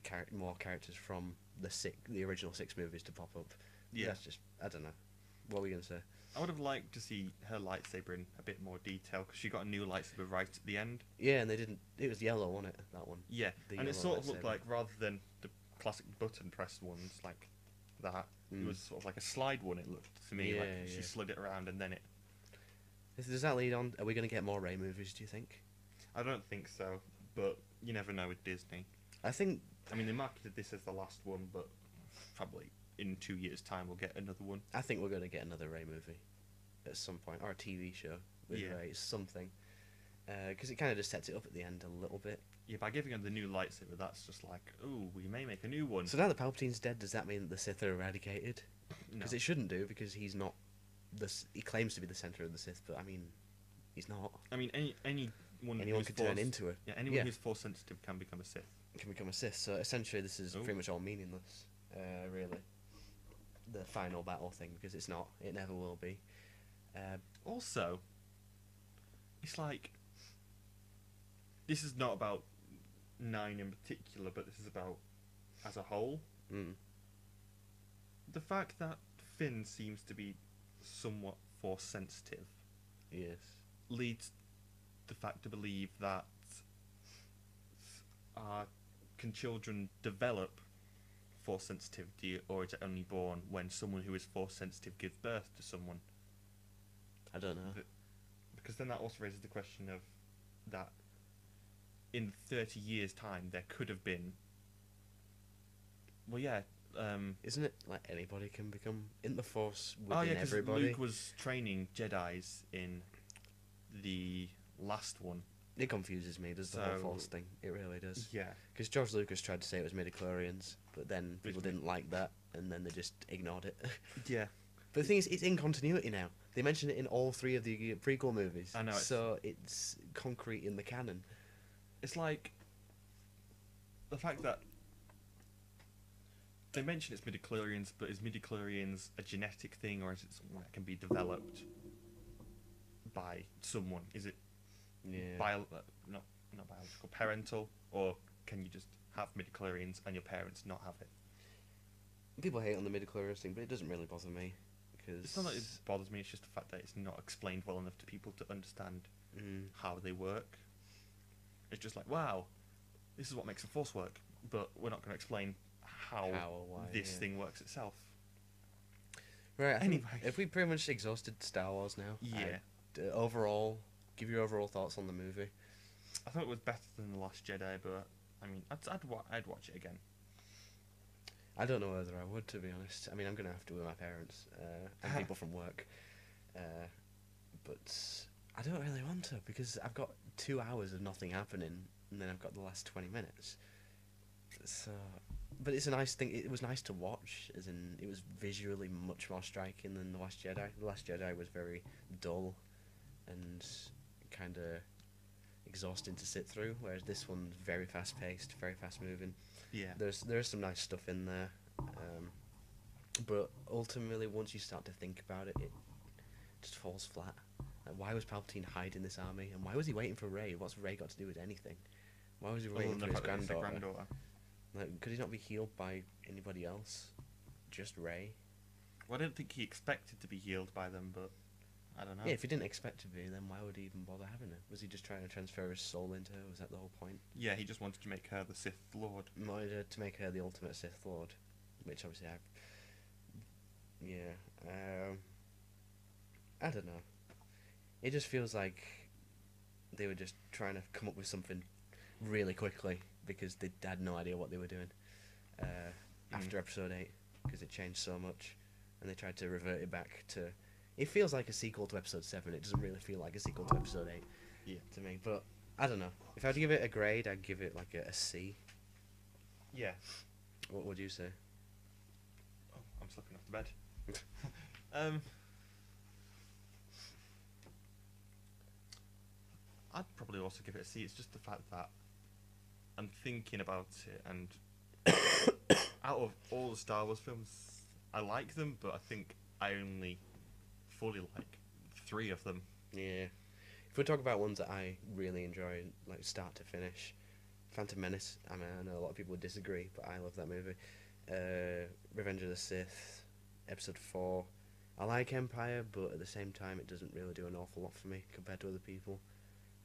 A: char- more characters from the six, the original six movies to pop up.
B: Yeah.
A: that's just I don't know. What were you gonna say?
B: I would have liked to see her lightsaber in a bit more detail because she got a new lightsaber right at the end.
A: Yeah, and they didn't. It was yellow, wasn't it? That one.
B: Yeah,
A: The
B: and it
A: yellow
B: sort of looked
A: lightsaber.
B: like rather than the classic button pressed ones like that,
A: Mm.
B: it was sort of like a slide one. It looked to me like
A: Yeah, yeah.
B: she slid it around and then it.
A: Does- Does that lead on? Are we gonna get more Ray movies? Do you think?
B: I don't think so, but you never know with Disney.
A: I think
B: I mean, they marketed this as the last one, but probably in two years' time we'll get another one.
A: I think we're gonna get another Ray movie at some point or a TV show with
B: Yeah.
A: Ray. Something. Because it kind of just sets it up at the end a little bit.
B: Yeah, by giving her the new lightsaber, that's just like, ooh, we may make a new one.
A: So now that Palpatine's dead, does that mean that the Sith are eradicated?
B: No.
A: Because it shouldn't do, because he's not. The, s- he claims to be the center of the Sith, but I mean, he's not.
B: I mean, any anyone
A: Anyone
B: who's
A: could turn
B: force-
A: into it.
B: Yeah, anyone
A: yeah.
B: who's force sensitive can become a Sith.
A: Can become a Sith. So essentially, this is
B: Ooh.
A: pretty much all meaningless, uh, really. The final battle thing, because it's not. It never will be. Uh,
B: Also, it's like this is not about nine in particular, but this is about as a whole.
A: mm,
B: The fact that Finn seems to be somewhat force sensitive
A: yes.
B: leads the fact to believe that uh, can children develop force sensitivity, or is it only born when someone who is force sensitive gives birth to someone?
A: I don't know.
B: Because then that also raises the question of that in 30 years' time, there could have been. Well, yeah. Um,
A: Isn't it like anybody can become in the Force within
B: oh, yeah, because
A: everybody?
B: Luke was training Jedi's in the last one.
A: It confuses me. Does the
B: So-
A: whole Force thing? It really does.
B: Yeah.
A: Because George Lucas tried to say it was midichlorians, but then
B: Which
A: people
B: mi-
A: didn't like that, and then they just ignored it.
B: Yeah.
A: but the thing is, it's in continuity now. They mention it in all three of the uh, prequel movies.
B: I know, it's-
A: So it's concrete in the canon.
B: it's like the fact that they mention it's midichlorians, but is midichlorians a genetic thing or is it something that can be developed by someone? Is it
A: Yeah.
B: bio, uh, not not biological, parental, or can you just have midichlorians and your parents not have it?
A: People hate on the midichlorians thing, but it doesn't really bother me. Because
B: It's not that it bothers me. It's just the fact that it's not explained well enough to people to understand
A: Mm.
B: how they work. It's just like, wow, this is what makes the force work, but we're not going to explain how,
A: How or why,
B: this
A: yeah.
B: thing works itself.
A: Right. I think
B: Anyway.
A: if we pretty much exhausted Star Wars now,
B: Yeah.
A: I'd, uh, overall, give your overall thoughts on the movie.
B: I thought it was better than the Last Jedi, but I mean, I'd I'd, wa- I'd watch it again.
A: I don't know whether I would, to be honest. I mean, I'm gonna have to with my parents uh, and people from work, uh, but I don't really want to because I've got two hours of nothing happening, and then I've got the last twenty minutes. So, but it's a nice thing. It was nice to watch, as in it was visually much more striking than the Last Jedi. The Last Jedi was very dull, and kind of exhausting to sit through, whereas this one's very fast paced, very fast moving.
B: Yeah.
A: There's there's some nice stuff in there, um, but ultimately once you start to think about it, it just falls flat. Like, why was Palpatine hiding this army, and why was he waiting for Ray? What's Ray got to do with anything? Why was he
B: Other
A: waiting
B: than
A: for
B: the fact that
A: his
B: it's the
A: granddaughter?
B: granddaughter.
A: Like, could he not be healed by anybody else? Just Ray?
B: Well, I don't think he expected to be healed by them, but I don't know.
A: Yeah, if he didn't expect to be, then why would he even bother having her? Was he just trying to transfer his soul into her? Was that the whole point?
B: Yeah, he just wanted to make her the Sith Lord.
A: In order to make her the ultimate Sith Lord, which obviously I. Yeah. Um, I don't know. It just feels like they were just trying to come up with something really quickly because they had no idea what they were doing uh, after episode 8 because it changed so much and they tried to revert it back to. It feels like a sequel to episode 7. It doesn't really feel like a sequel to episode 8
B: Yeah.
A: to me, but I don't know. If I had to give it a grade, I'd give it like a, a C.
B: Yeah.
A: What would you say?
B: Oh, I'm slipping off the bed. um, I'd probably also give it a C. It's just the fact that I'm thinking about it, and out of all the Star Wars films, I like them, but I think I only fully like three of them.
A: Yeah. If we talk about ones that I really enjoy, like start to finish, Phantom Menace. I mean, I know a lot of people would disagree, but I love that movie. Uh, Revenge of the Sith, Episode Four. I like Empire, but at the same time, it doesn't really do an awful lot for me compared to other people.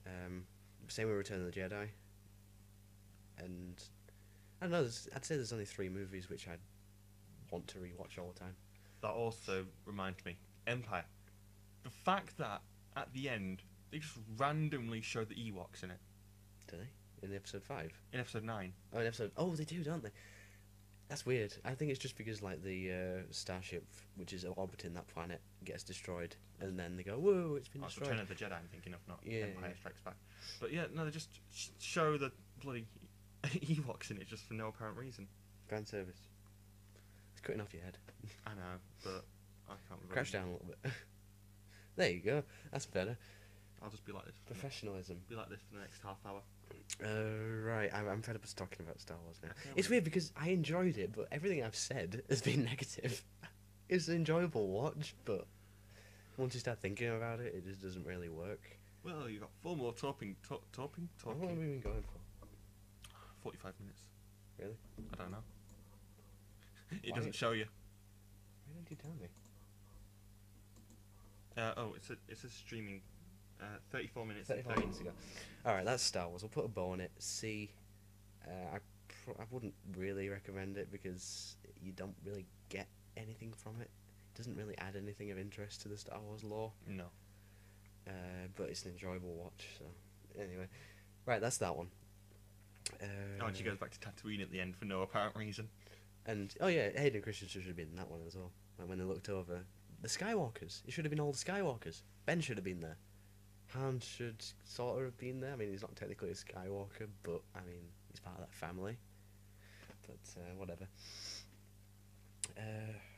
A: Um, same with Return of the Jedi. And I don't know. There's, I'd say there's only three movies which I want to rewatch all the time.
B: That also reminds me, Empire. The fact that at the end they just randomly show the Ewoks in it
A: Do they? In Episode Five.
B: in episode nine.
A: Oh, an episode. Oh, they do, don't they? That's weird. I think it's just because like the uh, starship, which is orbiting that planet, gets destroyed, and then they go, "Whoa, it's been
B: Oh, it's Return
A: destroyed."
B: of the Jedi I'm thinking of, not
A: Yeah,
B: Empire
A: yeah.
B: Strikes Back. But yeah, no, they just sh- show the bloody Ewoks in it just for no apparent reason.
A: Fan service. It's cutting off your head.
B: I know, but I can't remember.
A: Crouch down a little bit. there you go. That's better.
B: I'll just be like this. For the-
A: Professionalism.
B: be like this for the next half hour.
A: Uh, right, I'm, I'm fed up with talking about Star Wars now.
B: I can't
A: It's
B: believe-
A: weird because I enjoyed it, but everything I've said has been negative. it's an enjoyable watch, but once you start thinking about it, it just doesn't really work.
B: Well, you've got four more talking, to- talking,
A: What have we
B: talking.
A: been going for?
B: 45 minutes.
A: Really?
B: I don't know. it
A: Why-
B: doesn't show you.
A: Why didn't you tell me?
B: Uh, oh, it's a, it's a streaming. Uh, 34 minutes. and
A: 35
B: 30
A: minutes ago. All right, that's Star Wars. We'll put a bow on it. C. Uh, I pr- I wouldn't really recommend it because you don't really get anything from it. It doesn't really add anything of interest to the Star Wars lore.
B: No.
A: Uh, but it's an enjoyable watch. So anyway, right, that's that one. Uh,
B: Oh, and she goes back to Tatooine at the end for no apparent reason.
A: And oh yeah, Hayden Christensen should have been in that one as well. Like when they looked over the Skywalkers, it should have been all the Skywalkers. Ben should have been there. Han should sort of have been there. I mean, he's not technically a Skywalker, but I mean, he's part of that family. But uh, whatever. Uh,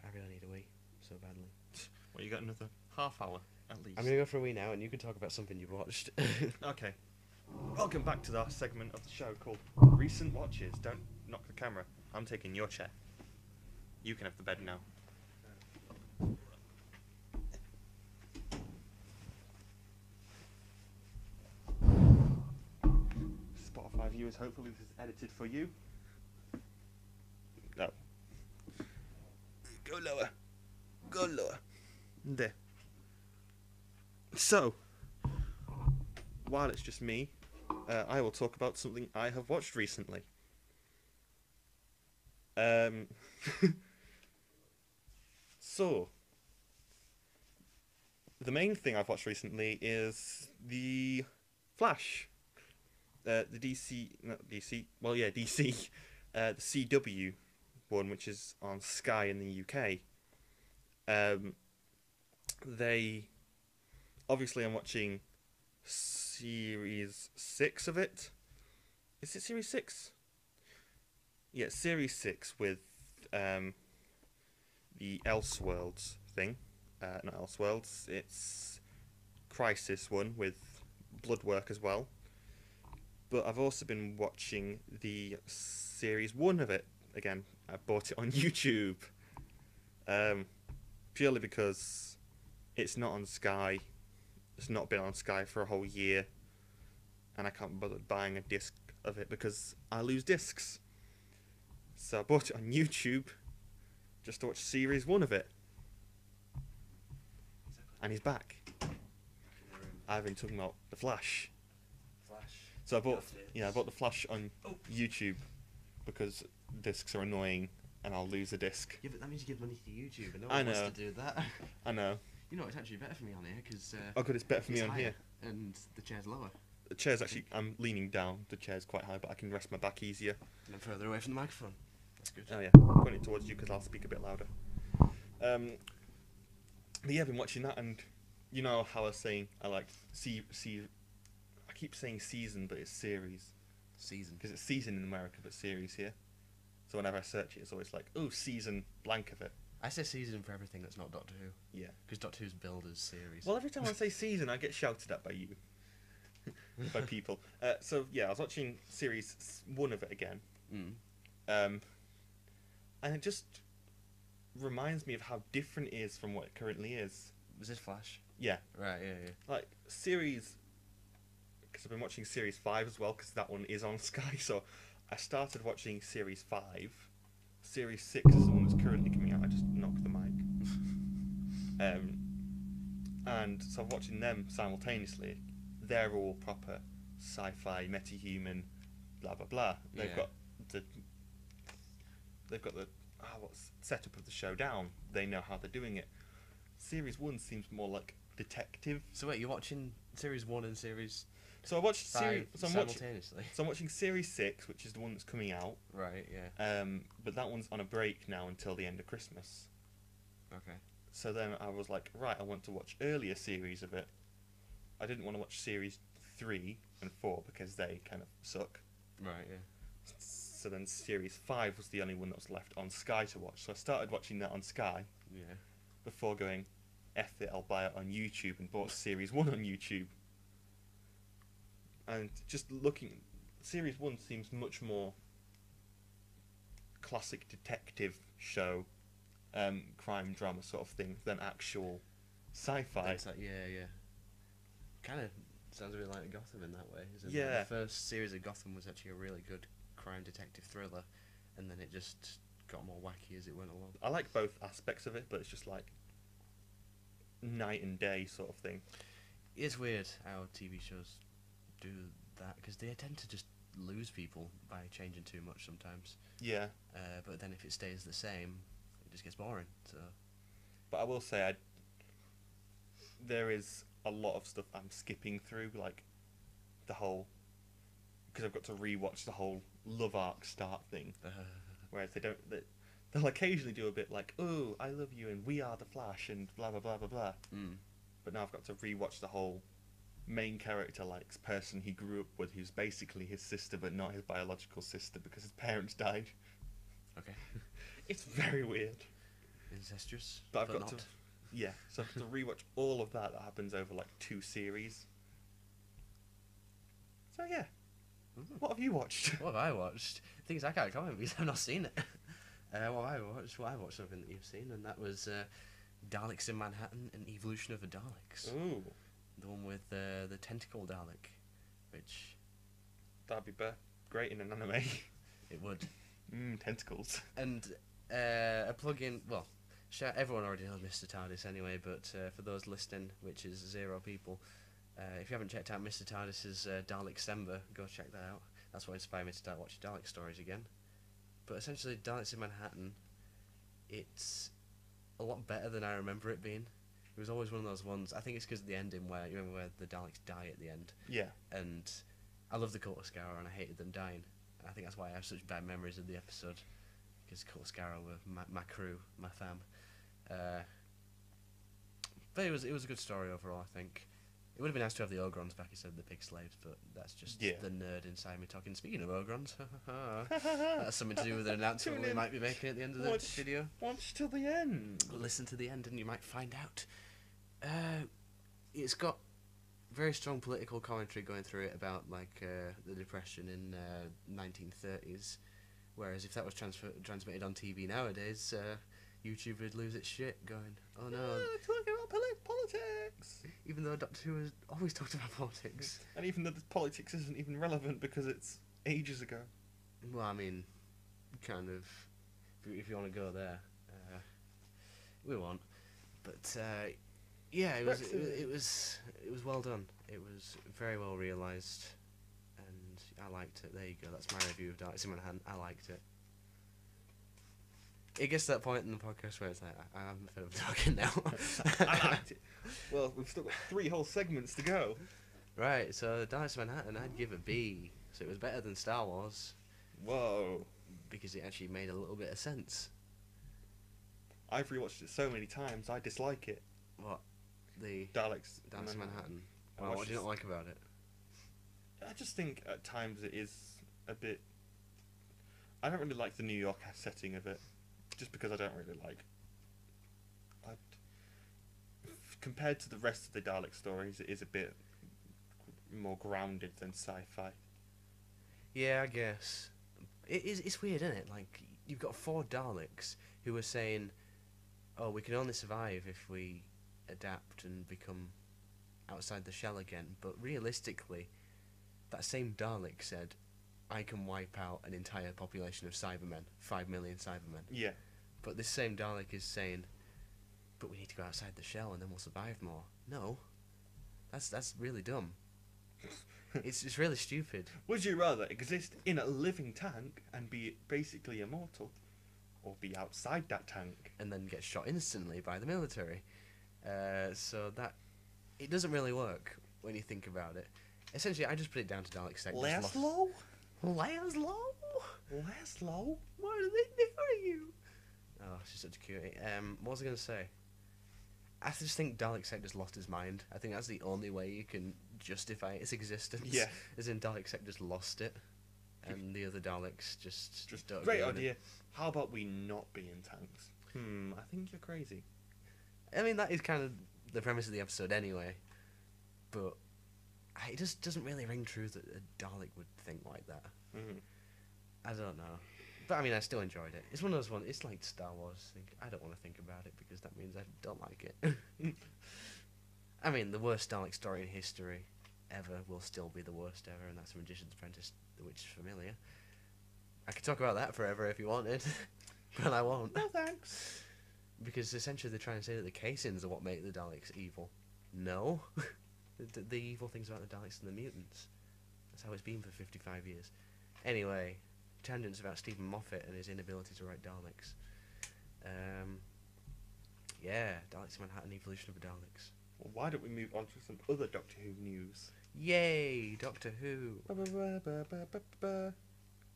A: I really need a wee so badly.
B: Well, you got another half hour at least.
A: I'm gonna go for a wee now, and you can talk about something you've watched.
B: Okay. Welcome back to our segment of the show called Recent Watches. Don't knock the camera. I'm taking your chair. You can have the bed now. Spotify viewers, hopefully this is edited for you. No. Go lower. Go lower. There. So, while it's just me, uh, I will talk about something I have watched recently. Um, so, the main thing I've watched recently is the Flash, uh, the DC, not DC, well yeah DC, uh, the CW one, which is on Sky in the UK. Um, they obviously I'm watching series six of it. Is it series six? Yeah, series six with um, the Elseworlds thing. Uh, not Elseworlds. It's Crisis one with Bloodwork as well. But I've also been watching the series one of it again. I bought it on YouTube um, purely because it's not on Sky it's not been on Sky for a whole year, and I can't bother buying a disc of it because I lose discs. So I bought it on YouTube just to watch series one of it. And he's back. I've been talking about the Flash. So I bought yeah I bought the Flash on
A: Oh.
B: YouTube because discs are annoying and I'll lose a disc.
A: Yeah, but that means you give money to YouTube, and no
B: I know.
A: do that.
B: I know.
A: You know, it's actually better for me on here because uh,
B: Oh god, it's better for me
A: it's
B: on
A: higher,
B: here.
A: and the chair's lower,
B: The chair's actually I'm leaning down. The chair's quite high, but I can rest my back easier.
A: and I'm further away from the microphone. That's good.
B: Oh yeah, point it towards you because I'll speak a bit louder. Um, but yeah, I've been watching that, and you know how I was saying I like see see. I keep saying season, but it's series
A: Season.
B: because it's season in America, but series here. So whenever I search it, it's always like, oh, season blank of it.
A: I say season for everything that's not Doctor Who,
B: Yeah.
A: because Doctor Who's Builders series.
B: Well, every time I say season, I get shouted at by you, by people. Uh, so yeah, I was watching series s- one of it again,
A: mm.
B: um, and it just reminds me of how different it is from what it currently is.
A: was this Flash?
B: Yeah,
A: Right. Yeah. Yeah.
B: like series, because I've been watching series five as well, because that one is on Sky. So I started watching series five. Series six is the one that's currently coming out. I just knocked the mic. um, and so I'm watching them simultaneously. They're all proper sci-fi, meta-human, blah blah blah. They've
A: Yeah.
B: got the they've got the ah, what's setup of the show down. They know how they're doing it. Series one seems more like detective
A: So wait, you're watching series one and series
B: so I watched
A: five
B: series. So I'm watching.
A: simultaneously.
B: So I'm watching series six, which is the one that's coming out.
A: Right. Yeah.
B: Um, but that one's on a break now until the end of Christmas.
A: Okay.
B: So then I was like, right, I want to watch earlier series of it. I didn't want to watch series three and four because they kind of suck.
A: Right. Yeah.
B: So then series five was the only one that was left on Sky to watch. So I started watching that on Sky
A: Yeah.
B: before going, F it, I'll buy it on YouTube and bought series one on YouTube. And just looking, series one seems much more classic detective show, um, crime drama sort of thing than actual sci fi.
A: It's like, yeah. Yeah. Kind of sounds a bit like Gotham in that way. Isn't it?
B: Yeah.
A: The first series of Gotham was actually a really good crime detective thriller, and then it just got more wacky as it went along.
B: I like both aspects of it, but it's just like night and day sort of thing.
A: It's weird how TV shows do that because they tend to just lose people by changing too much sometimes.
B: Yeah.
A: Uh, but then if it stays the same, it just gets boring. So
B: But I will say, I there is a lot of stuff I'm skipping through, like the whole because I've got to rewatch the whole love arc start thing. Whereas they don't, they, they'll occasionally do a bit like, "Oh, I love you," and "We are the Flash," and blah blah blah blah blah.
C: Mm.
B: But now I've got to rewatch the whole main character, like s- person he grew up with, who's basically his sister but not his biological sister because his parents died.
A: Okay.
B: It's very weird.
A: Incestuous.
B: But I've
A: but
B: got
A: not.
B: to, yeah. So I have to rewatch all of that that happens over like two series. So yeah,
A: Ooh.
B: what have you watched?
A: What have I watched? The thing is, I can't comment because I've not seen it. Uh, what have I watched? Well, I watched something that you've seen, and that was uh, Daleks in Manhattan and Evolution of the Daleks.
B: Ooh,
A: The one with uh, the tentacle Dalek, which
B: that'd be be- great in an anime.
A: it would.
B: mm, tentacles.
A: And uh, a plug in, well, shout, everyone already knows Mr. TARDIS anyway, but uh, for those listening, which is zero people, uh, if you haven't checked out Mr. TARDIS's uh, Dalek Sember, go check that out. That's what inspired me to start watching Dalek stories again. But essentially, Daleks in Manhattan, it's a lot better than I remember it being. It was always one of those ones. I think it's because of the ending where you remember where the Daleks die at the end
B: Yeah.
A: and I love the Cortascara and I hated them dying. And I think that's why I have such bad memories of the episode because Cortascara were my, my crew, my fam. Uh, but it was it was a good story overall. I think it would have been nice to have the Ogrons back instead of the pig slaves, but that's just
B: Yeah.
A: the nerd inside me talking. Speaking of Ogrons, that's something to do with an announcement
B: Tune
A: we
B: in.
A: might be making at the end of the
B: Watch.
A: video
B: Watch till the end.
A: listen to the end and you might find out. Uh, it's got very strong political commentary going through it about like uh, the depression in uh, 1930s. Whereas if that was transfer- transmitted on TV nowadays, uh, YouTube would lose its shit. Going, oh no!
B: Ah, talking about poli- politics.
A: Even though Doctor Who has always talked about politics.
B: And even though the politics isn't even relevant because it's ages ago.
A: Well, I mean, kind of. If you, if you want to go there, uh, we won't. But uh, yeah, it was it, wa-
B: Brexit.
A: it was it was well done. It was very well realised, and I liked it. There you go. That's my review of Dark in Manhattan. I liked it. It gets to that point in the podcast where it's like, I, I'm fed up of talking now.
B: I liked it. Well, we've still got three whole segments to go.
A: Right, so Dark in Manhattan, I'd give a B. So it was better than Star Wars
B: Whoa.
A: because it actually made a little bit of sense.
B: I've rewatched it so many times, I dislike it.
A: What the
B: Daleks.
A: Dance in Manhattan.
B: I
A: Well, what
B: watched
A: do you not
B: this-
A: like about it?
B: I just think at times it is a bit. I don't really like the New York setting of it, just because I don't really like. I, compared to the rest of the Dalek stories, it is a bit more grounded than sci-fi.
A: Yeah, I guess. It is. It's weird, isn't it? Like you've got four Daleks who are saying, "Oh, we can only survive if we adapt and become outside the shell again." But realistically, that same Dalek said, "I can wipe out an entire population of Cybermen, five million Cybermen."
B: Yeah,
A: But this same Dalek is saying, "But we need to go outside the shell, and then we'll survive more." No, that's that's really dumb. it's it's really stupid.
B: Would you rather exist in a living tank and be basically immortal, or be outside that tank?
A: and then get shot instantly by the military. Uh, so that it doesn't really work when you think about it. Essentially, I just put it down to Dalek sex.
B: Laszlo?
A: Laszlo,
B: Laszlo?
A: what do they do for you? Oh, she's such a cutie. Um, what was I gonna say? I just think Dalek Sect just lost his mind. I think that's the only way you can justify its existence.
B: Yeah.
A: As in Dalek Sect just lost it. And the other Daleks just,
B: Just
A: don't
B: great
A: agree with it.
B: idea. How about we not be in tanks? Hmm, I think you're crazy.
A: I mean, that is kind of the premise of the episode anyway. But I- it just doesn't really ring true that a Dalek would think like that.
B: Mhm.
A: I don't know. But I mean, I still enjoyed it. It's one of those ones, it's like Star Wars. Think, I don't want to think about it because that means I don't like it. I mean, the worst Dalek story in history ever will still be the worst ever, and that's The Magician's Apprentice, which is familiar. I could talk about that forever if you wanted, but I won't.
B: No thanks.
A: Because essentially they're trying to say that the Caissins are what make the Daleks evil. No. the, the evil things about the Daleks and the mutants. That's how it's been for 55 years. Anyway, tangents about Stephen Moffat and his inability to write Daleks. Um, yeah, Daleks in Manhattan, Evolution of the Daleks.
B: Well, why don't we move on to some other Doctor Who news?
A: Yay, Doctor Who.
B: Ba, ba, ba, ba, ba, ba, ba.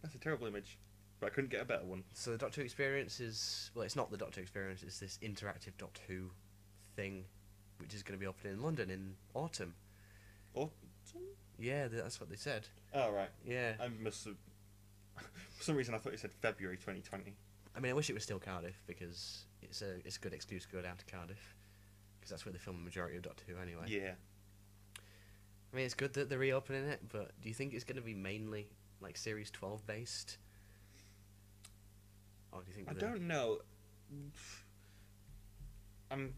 B: That's a terrible image, but I couldn't get a better one.
A: So the Doctor Who experience is well, it's not the Doctor Who experience. It's this interactive Doctor Who thing, which is going to be opening in London in autumn.
B: Oh,
A: Yeah, th- that's what they said.
B: oh right.
A: Yeah,
B: I must have. For some reason, I thought it said February 2020.
A: I mean, I wish it was still Cardiff because it's a it's a good excuse to go down to Cardiff because that's where they film the majority of Doctor Who anyway.
B: Yeah.
A: I mean, it's good that they're reopening it, but do you think it's going to be mainly like Series Twelve based? Or do you think?
B: I
A: they're-
B: don't know. I'm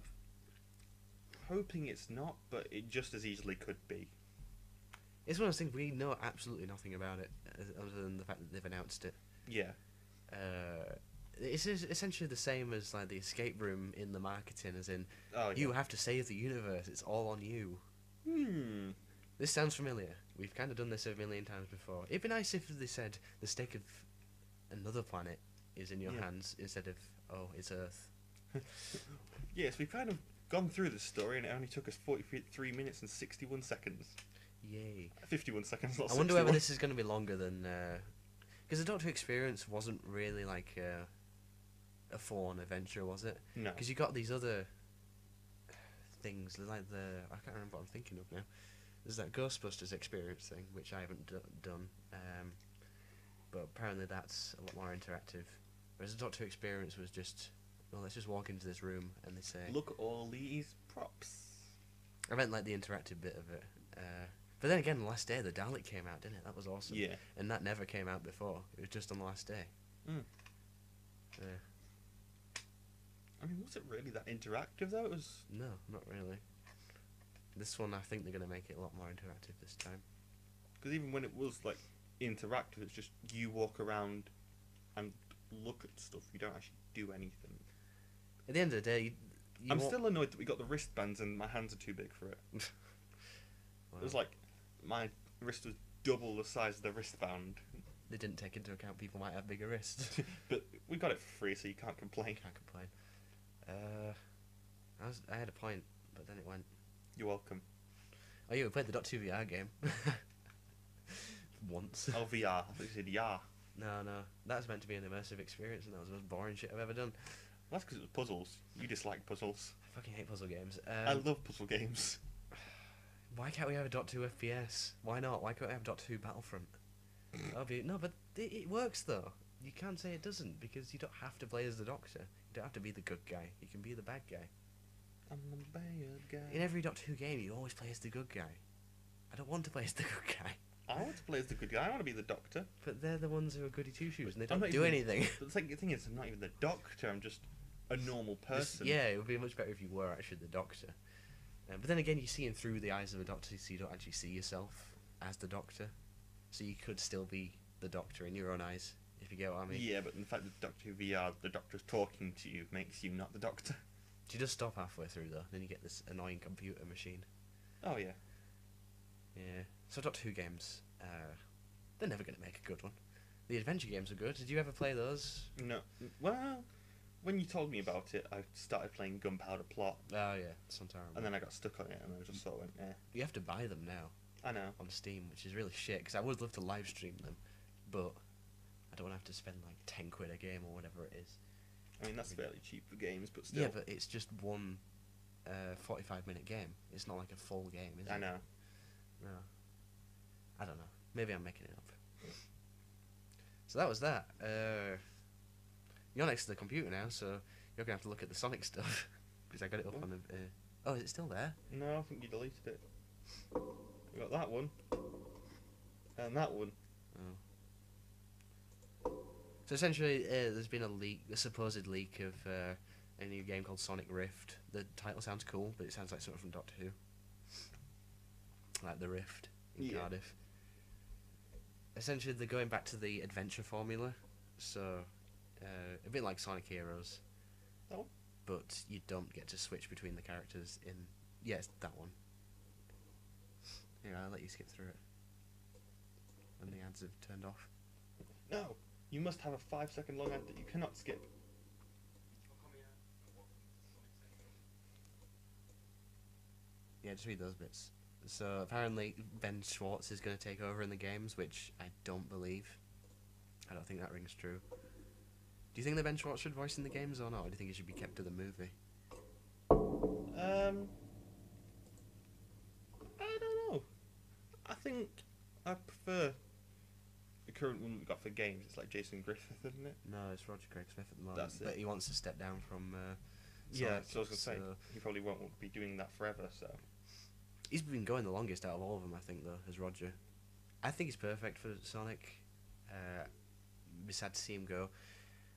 B: hoping it's not, but it just as easily could be.
A: It's one of those things we know absolutely nothing about it uh, other than the fact that they've announced it.
B: Yeah.
A: Uh, it's es- essentially the same as like the escape room in the marketing, as in
B: Oh, yeah.
A: you have to save the universe. It's all on you.
B: Hmm.
A: This sounds familiar. We've kind of done this a million times before. It'd be nice if they said the stake of another planet is in your
B: Yeah.
A: hands instead of oh, it's Earth.
B: Yes, we've kind of gone through this story, and it only took us 43 minutes and 61 seconds.
A: Yay.
B: 51 seconds. Not
A: I wonder
B: 61.
A: whether this is going to be longer than because the Doctor Who experience wasn't really like uh, a fawn adventure, was it?
B: No.
A: Because you got these other things like the I can't remember what I'm thinking of now. There's that Ghostbusters experience thing which I haven't d- done, um, but apparently that's a lot more interactive. Whereas the Doctor Who experience was just well, let's just walk into this room and they say
B: Look at all these props.
A: I meant like the interactive bit of it. Uh, but then again, last day the Dalek came out, didn't it? That was awesome
B: Yeah.
A: and that never came out before. It was just on the last day.
B: Mm.
A: Yeah.
B: I mean, was it really that interactive though? It was.
A: No, not really. This one, I think they're going to make it a lot more interactive this time.
B: Because even when it was like interactive, it's just you walk around and look at stuff. You don't actually do anything.
A: At the end of the day, you, you
B: I'm
A: won't-
B: still annoyed that we got the wristbands and my hands are too big for it. It was
A: Well,
B: like my wrist was double the size of the wristband,
A: they didn't take into account people might have bigger wrists.
B: but we got it for free, so you can't complain.
A: Can't complain. Uh, I was I had a point, but then it went.
B: You're welcome.
A: Oh yeah, we played the Dot Two VR game. Once.
B: LVR. I thought you said yeah.
A: No, no, that was meant to be an immersive experience, and that was the most boring shit I've ever done.
B: That's because it was puzzles. You dislike puzzles.
A: I fucking hate puzzle games. Um,
B: I love puzzle games.
A: Why can't we have a dot two FPS? Why not? Why can't we have dot two Battlefront? That'll be no, but it, it works though. You can't say it doesn't because you don't have to play as the Doctor. You don't have to be the good guy. You can be the bad guy.
B: I'm a bad guy.
A: In every Dot Two game, you always play as the good guy. I don't want to play as the good guy,
B: I want to play as the good guy. I want to be the doctor.
A: but they're the ones who are goody two shoes and they
B: I'm
A: don't
B: not
A: do
B: even-
A: anything.
B: But the thing, the thing is, I'm not even the doctor. I'm just a normal
A: This-
B: person.
A: yeah, it would be much better if you were actually the Doctor. Uh, but then again, you see him through the eyes of a Doctor, so you don't actually see yourself as the Doctor. So you could still be the Doctor in your own eyes, if you get what I mean.
B: yeah, but the fact that Doctor Who VR, the doctor's talking to you, makes you not the doctor.
A: Do you just stop halfway through though? Then you get this annoying computer machine.
B: Oh yeah.
A: Yeah. So Doctor Who games, uh, they're never going to make a good one. The adventure games are good. Did you ever play those?
B: No. Well, when you told me about it, I started playing Gunpowder Plot,
A: Oh yeah, sometime.
B: and then I got stuck on it, and I just sort of went, eh.
A: you have to buy them now
B: I know.
A: on Steam, which is really shit. Because I would love to live stream them, but I don't want to have to spend like ten quid a game or whatever it is.
B: I mean, that's fairly cheap for games, but still.
A: Mm. Yeah, but it's just one uh, forty-five minute game. It's not like a full game, is it?
B: I know.
A: No. I don't know. Maybe I'm making it up. So that was that. Uh, you're next to the computer now, so you're gonna have to look at the Sonic stuff because I got it up on the. Uh, oh, is it still there?
B: No, I think you deleted it. We got that one, and that one.
A: Oh. So essentially, uh, there's been a leak, a supposed leak of uh, a new game called Sonic Rift. The title sounds cool, but it sounds like something from Doctor Who, like the Rift in
B: Yeah.
A: Cardiff. Essentially, they're going back to the adventure formula, so uh, a bit like Sonic Heroes.
B: Oh.
A: But you don't get to switch between the characters in. Yeah, it's that one. Here, I'll let you skip through it. When the ads have turned off.
B: No, you must have a five-second long ad that you cannot skip.
A: Yeah, just read those bits. So apparently Ben Schwartz is going to take over in the games, which I don't believe. I don't think that rings true. Do you think that Ben Schwartz should voice in the games or not? Or do you think he should be kept to the movie?
B: Um, I don't know. I think I prefer the current one we've got for games. It's like Jason Griffith, isn't it?
A: No, it's Roger Craig Smith at the moment.
B: That's it.
A: But he wants to step down from. Uh,
B: yeah, uh,
A: Sonic,
B: so I was gonna say
A: so-
B: he probably won't be doing that forever. So
A: He's been going the longest out of all of them, I think, though, as Roger. I think he's perfect for Sonic. Uh, be sad to see him go.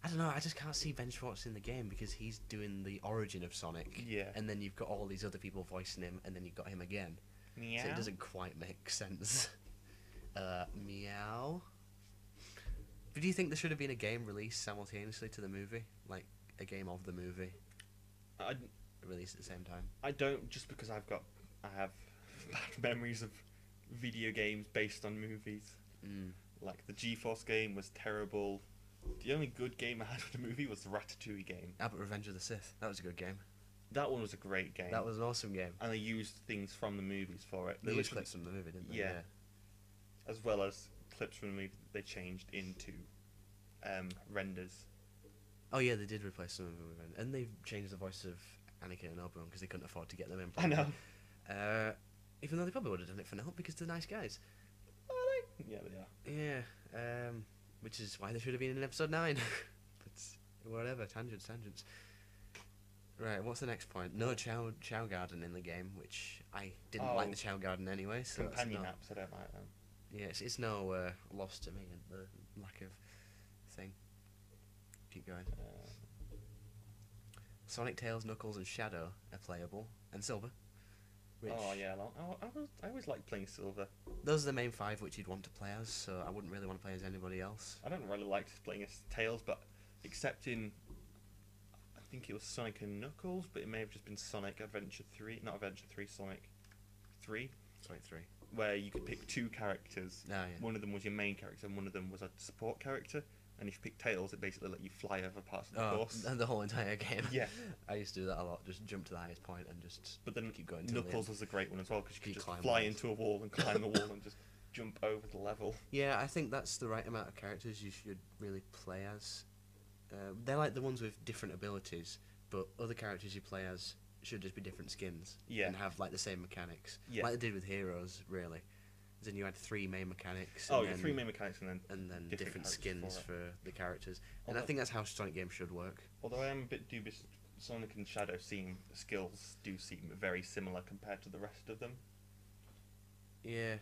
A: I don't know. I just can't see Ben Schwartz in the game because he's doing the origin of Sonic.
B: Yeah.
A: And then you've got all these other people voicing him, and then you've got him again.
B: yeah,
A: So it doesn't quite make sense. Uh, meow. But do you think there should have been a game released simultaneously to the movie, like a game of the movie
B: I,
A: released at the same time?
B: I don't just because I've got I have bad memories of video games based on movies. Hmm.
A: Mm.
B: Like the GeForce game was terrible. The only good game I had with the movie was the Ratatouille game.
A: Ah, but Revenge of the Sith. That was a good game.
B: That one was a great game.
A: That was an awesome game.
B: and they used things from the movies for it. They
A: They used
B: literally-
A: clips from the movie, didn't they?
B: Yeah. as well as clips from the movie that they changed into um, renders.
A: Oh yeah, they did replace some of them, with Ren- and they changed the voice of Anakin and Obi Wan because they couldn't afford to get them in.
B: I know.
A: Uh, even though they probably would have done it for now because they're nice guys.
B: Are they? Yeah, they are.
A: Yeah. Um, which is why they should have been in episode nine. but whatever, tangents, tangents. Right, what's the next point? No Chow Chow Garden in the game, which I didn't like
B: Oh.
A: the Chow Garden anyway. So that's
B: Companion
A: not-
B: apps, I don't like them.
A: Yeah, it's, it's no uh, loss to me and the lack of thing. Keep going.
B: Uh,
A: Sonic, Tails, Knuckles, and Shadow are playable, and Silver. Which,
B: Oh yeah, I, like- I, I, was, I always like playing Silver.
A: Those are the main five which you'd want to play as, so I wouldn't really want to play as anybody else.
B: I don't really like playing as Tails, but except in, I think it was Sonic and Knuckles, but it may have just been Sonic Adventure Three, not Adventure Three, Sonic Three,
A: Sonic 3.
B: where you could pick two characters.
A: Oh, yeah.
B: One of them was your main character, and one of them was a support character. And if you picked Tails, it basically let you fly over parts of the
A: Oh,
B: course.
A: the whole entire game.
B: Yeah.
A: I used to do that a lot, just jump to the highest point and just
B: But then
A: keep going till the
B: Knuckles
A: end.
B: was a great one as well because you could
A: You
B: just
A: climb
B: fly
A: walls.
B: into a wall and climb the wall and just jump over the level.
A: Yeah, I think that's the right amount of characters you should really play as. Uh, they're like the ones with different abilities, but other characters you play as should just be different skins
B: Yeah.
A: and have like the same mechanics,
B: Yeah.
A: like they did with Heroes, really. As in, you had three main mechanics.
B: Oh,
A: and
B: yeah,
A: then-
B: three main mechanics and then.
A: and then
B: different
A: different,
B: characters
A: skins
B: for
A: for, the characters. And
B: Although-
A: I think that's how Sonic games should work.
B: Although I am a bit dubious, Sonic and Shadow seem skills do seem very similar compared to the rest of them.
A: Yeah,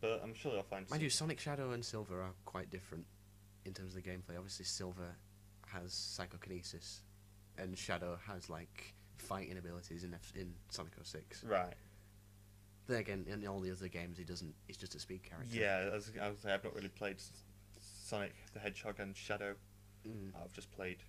B: But I'm sure they'll find.
A: mind
B: some-
A: you, Sonic Shadow and Silver are quite different in terms of the gameplay. Obviously, Silver has psychokinesis, and Shadow has like fighting abilities in F- in Sonic 06.
B: Right.
A: Then again, in all the other games, he doesn't. He's just a speed character.
B: Yeah, as I was say, I've not really played S- Sonic the Hedgehog and Shadow.
A: Mm.
B: I've just played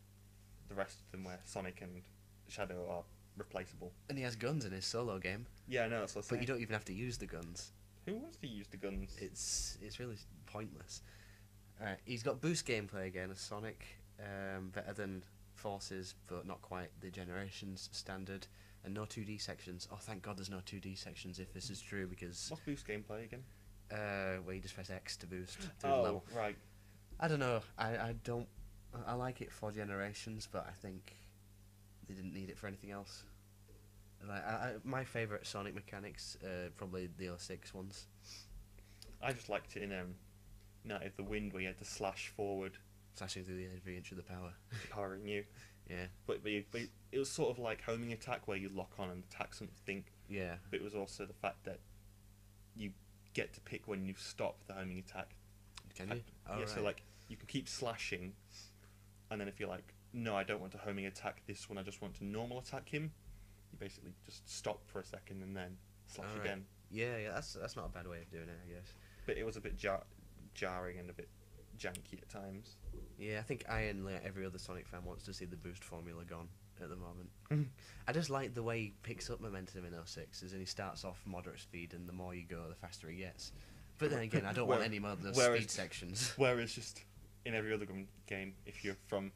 B: the rest of them where Sonic and Shadow are replaceable.
A: And he has guns in his solo game,
B: Yeah, I know that's what
A: but you don't even have to use the guns.
B: Who wants to use the guns?
A: It's it's really pointless. Alright, he's got boost gameplay again as Sonic, um, better than Forces, but not quite the generations standard, and no 2D sections. Oh, thank God, there's no 2D sections if this is true because
B: What's boost gameplay again?
A: uh, where you just press X to boost through the
B: Oh,
A: level.
B: right.
A: I don't know. I I don't. I- I like it for generations, but I think they didn't need it for anything else. Like I, I, my favorite Sonic mechanics, uh, probably the 06 ones.
B: I just liked it in um, Night of the Wind where you had to slash forward,
A: Slashing through the every inch of the power.
B: powering you.
A: Yeah,
B: But, but, you, but it was sort of like homing attack where you lock on and attack something.
A: yeah.
B: But it was also the fact that you get to pick when you stop the homing attack.
A: Can
B: I-
A: you? Oh,
B: yeah, so
A: right.
B: like you can keep slashing, and then if you're like, no, I don't want to homing attack this one, I just want to normal attack him. You basically just stop for a second and then slash
A: Alright.
B: again.
A: yeah, yeah. That's that's not a bad way of doing it, I guess.
B: But it was a bit jar- jarring and a bit janky at times.
A: Yeah, I think I and like every other Sonic fan wants to see the boost formula gone at the moment.
B: Mm.
A: I just like the way he picks up momentum in 06, is in he starts off moderate speed, and the more you go, the faster he gets. But then again, I don't want
B: Where-
A: any more of those
B: whereas-
A: speed sections.
B: Whereas just in every other gum- game, if you're from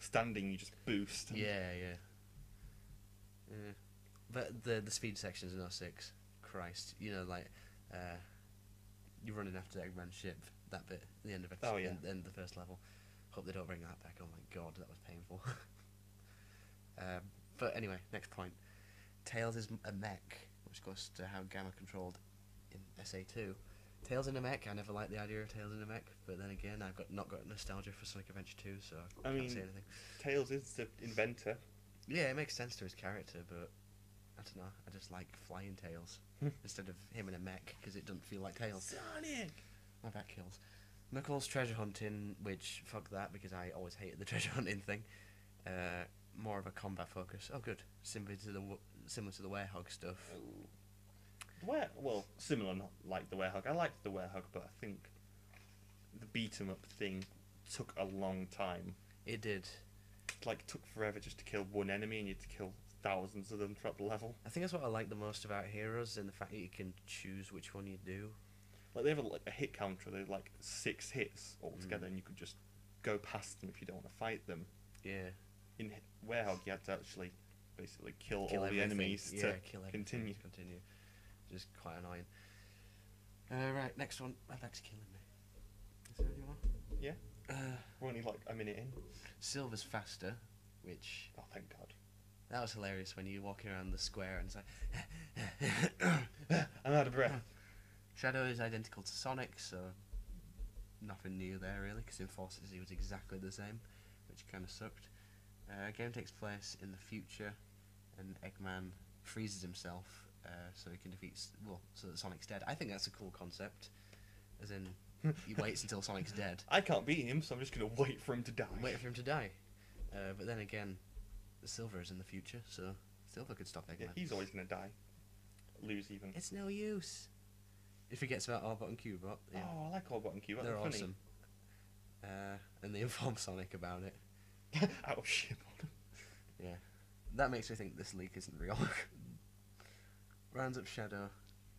B: standing, you just boost.
A: yeah, yeah. Yeah. But the the speed sections in 06, Christ, you know, like uh, you're running after Eggman's ship. That bit, the end of episode,
D: Oh, yeah.
A: end, end of the first level. Hope they don't bring that back. Oh my god, that was painful. um, but anyway, next point. Tails is a mech, which goes to how Gamma controlled in SA2. Tails in a mech. I never liked the idea of Tails in a mech, but then again, I've got not got nostalgia for Sonic Adventure 2, so I,
B: I
A: can't
B: mean-
A: say anything.
B: Tails is the inventor.
A: Yeah, it makes sense to his character, but I don't know. I just like flying tails instead of him in a mech because it doesn't feel like tails.
B: Sonic.
A: My back kills. Knuckles treasure hunting, which fuck that because I always hated the treasure hunting thing. Uh, more of a combat focus. Oh, good. Similar to the wo- similar to the werehog stuff.
B: Where well, similar not like the Werehog. I liked the Werehog, but I think the beat 'em up thing took a long time.
A: It did.
B: Like took forever just to kill one enemy, and you had to kill thousands of them throughout the level.
A: I think that's what I like the most about Heroes and the fact that you can choose which one you do.
B: Like they have a, like a hit counter. They're like six hits altogether,
A: Mm.
B: and you could just go past them if you don't want to fight them.
A: Yeah.
B: In H- Werehog, you had to actually basically kill,
A: kill
B: all the
A: everything.
B: enemies
A: yeah,
B: to
A: kill everything
B: continue.
A: to continue. Just quite annoying. Uh, right, next one. My back's killing me. Is there anyone?
B: Yeah,
A: Uh,
B: we're only like a minute in.
A: Silver's faster, which
B: Oh, thank God!
A: that was hilarious when you walk around the square and it's like
B: I'm out of breath.
A: Shadow is identical to Sonic, so nothing new there really. Because in Forces he was exactly the same, which kind of sucked. Uh, game takes place in the future, and Eggman freezes himself uh, so he can defeat S- well, so that Sonic's dead. I think that's a cool concept. As in, he waits until Sonic's dead,
B: I can't beat him, so I'm just gonna wait for him to die.
A: and wait for him to die. Uh, but then again, Silver is in the future, so Silver could stop Eggman.
B: Yeah, he's always gonna die. Lose even.
A: It's no use. He forgets about Arbot and Cubot. Yeah.
B: Oh, I like Orbot and Cubot.
A: They're
B: funny.
A: awesome. Uh, and they inform Sonic about it.
B: out of Oh, shit on him.
A: Yeah. That makes me think this leak isn't real. Rounds up Shadow.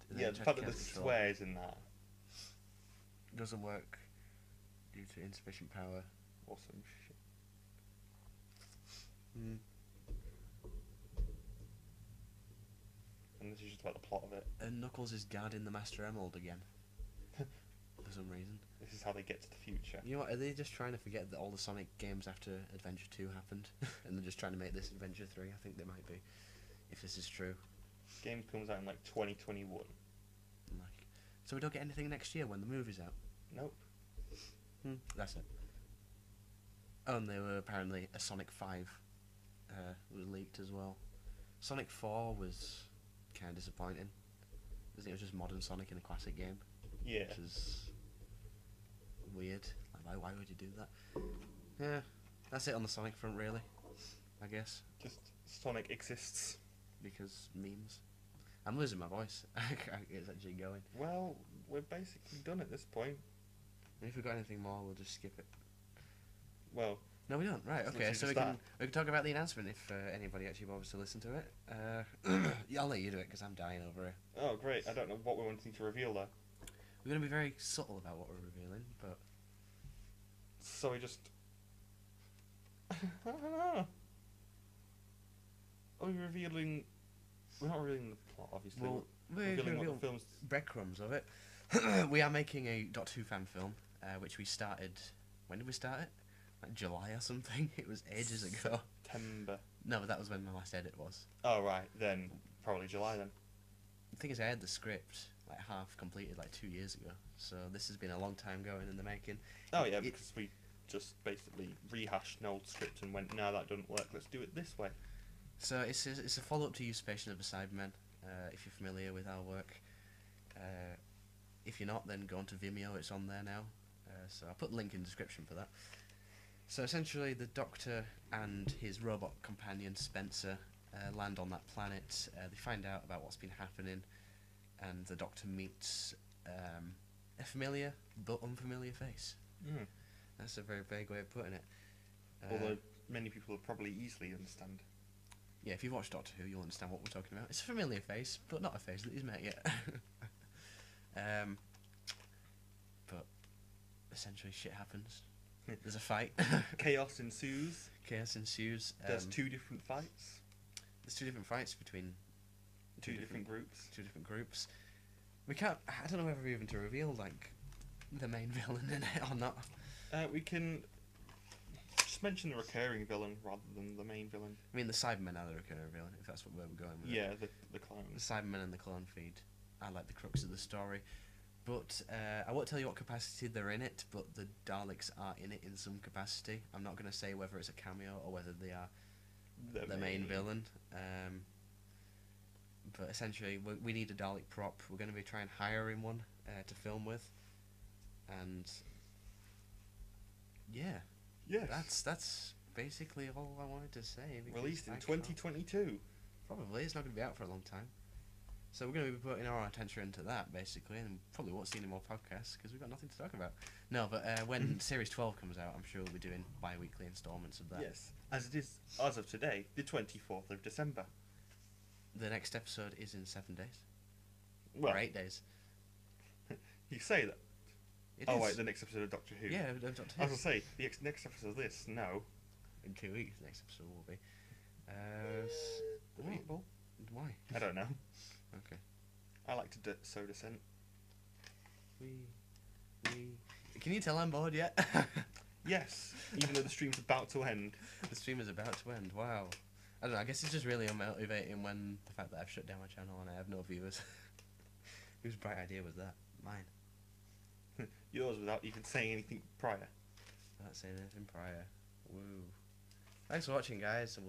A: and then
B: Yeah, the
A: tries
B: fact
A: to
B: that there's
A: cancel Troll.
B: swears in that.
A: Doesn't work due to insufficient power.
B: Awesome shit.
A: Hmm.
B: And this is just about the plot of it.
A: And Knuckles is guarding the Master Emerald again. For some reason.
B: This is how they get to the future.
A: You know what? Are they just trying to forget that all the Sonic games after Adventure 2 happened? and they're just trying to make this Adventure 3? I think they might be. If this is true.
B: Game comes out in like 2021.
A: Like, so we don't get anything next year when the movie's out.
B: Nope.
A: Hmm. That's it. Oh, and they were apparently a Sonic Five uh, was leaked as well. Sonic Four was kind of disappointing. 'cause It was just modern Sonic in a classic game,
B: Yeah.
A: which is weird. Like, why, why would you do that? Yeah, that's it on the Sonic front, really. I guess
B: Just Sonic exists.
A: because memes. I'm losing my voice. I can't- it's actually going.
B: Well, we're basically done at this point.
A: And if we've got anything more, we'll just skip it.
B: Well,
A: No, we don't. Right.
B: It's
A: Okay.
B: literally
A: So we
B: just
A: can
B: that.
A: we can talk about the announcement if uh, anybody actually bothers to listen to it. Uh, yeah, I'll let you do it because I'm dying over it.
B: oh great. I don't know what we're wanting to reveal though.
A: We're gonna be very subtle about what we're revealing, but
B: So we just. I don't know. Are we revealing? We're not revealing the plot, obviously.
A: we'll
B: we're
A: we're
B: revealing
A: gonna
B: what the film's.
A: breadcrumbs of it. we are making a Dot Two fan film, uh, which we started. When did we start it? Like July or something. It was ages ago.
B: September.
A: No, but that was when my last edit was.
B: Oh right, then probably July then.
A: The thing is, I had the script like half completed like two years ago, so this has been a long time going in the making.
B: Oh yeah,
A: It-
B: because we just basically rehashed an old script and went, "No, that doesn't work. Let's do it this way."
A: So it's a, it's a follow up to Usurpation of a Cyberman. Uh, if you're familiar with our work, uh, if you're not, then go on to Vimeo. It's on there now. Uh, so I'll put a link in the description for that. So essentially, the Doctor and his robot companion Spencer uh, land on that planet. Uh, they find out about what's been happening, and the Doctor meets um, a familiar but unfamiliar face.
B: Mm.
A: That's a very vague way of putting it. Uh,
B: Although many people will probably easily understand.
A: Yeah, if you've watched Doctor Who, you'll understand what we're talking about. It's a familiar face, but not a face that he's met yet. um, but essentially, shit happens. There's a fight.
B: Chaos ensues.
A: Chaos ensues. Um,
B: There's two different fights.
A: There's two different fights between
B: groups.
A: two different groups. We can't. I don't know whether we're even to reveal like the main villain in it or not.
B: Uh, we can just mention the recurring villain rather than the main villain.
A: I mean, the Cybermen are the recurring villain, if that's what where we're going with it.
B: Yeah, the the
A: The
B: clowns.
A: Cybermen and the clone feed are like the crux of the story. But uh, I won't tell you what capacity they're in it, but the Daleks are in it in some capacity. I'm not going to say whether it's a cameo or whether they are the, main, villain. Um, but essentially, we, we need a Dalek prop. We're going to be trying hiring one uh, to film with, and yeah,
B: Yes.
A: that's that's basically all I wanted to say. because
B: released in
A: I can't-
B: 2022.
A: Probably it's not going to be out for a long time. So we're going to be putting our attention into that basically, and probably won't see any more podcasts because we've got nothing to talk about. No, but uh, when Series Twelve comes out, I'm sure we'll be doing bi-weekly installments of that.
B: Yes, as it is as of today, the 24th of December.
A: The next episode is in seven days
B: Well,
A: or eight days.
B: you say that.
A: It
B: oh
A: is.
B: wait, the next episode of Doctor Who.
A: Yeah, no, Doctor
B: I
A: Who.
B: was gonna say the ex- next episode of this. No.
A: In two weeks, the next episode will be. Uh, s-
B: The
A: what?
B: meatball.
A: Why?
B: I don't know.
A: Okay.
B: I like to d- so descent.
A: We, we. Can you tell I'm bored yet?
B: Yes, even though the stream's about to end.
A: the stream is about to end. Wow. I don't know. I guess it's just really unmotivating when the fact that I've shut down my channel and I have no viewers. Whose bright idea was that? Mine.
B: Yours without even saying anything prior.
A: Without saying anything prior. Woo. Thanks for watching, guys. and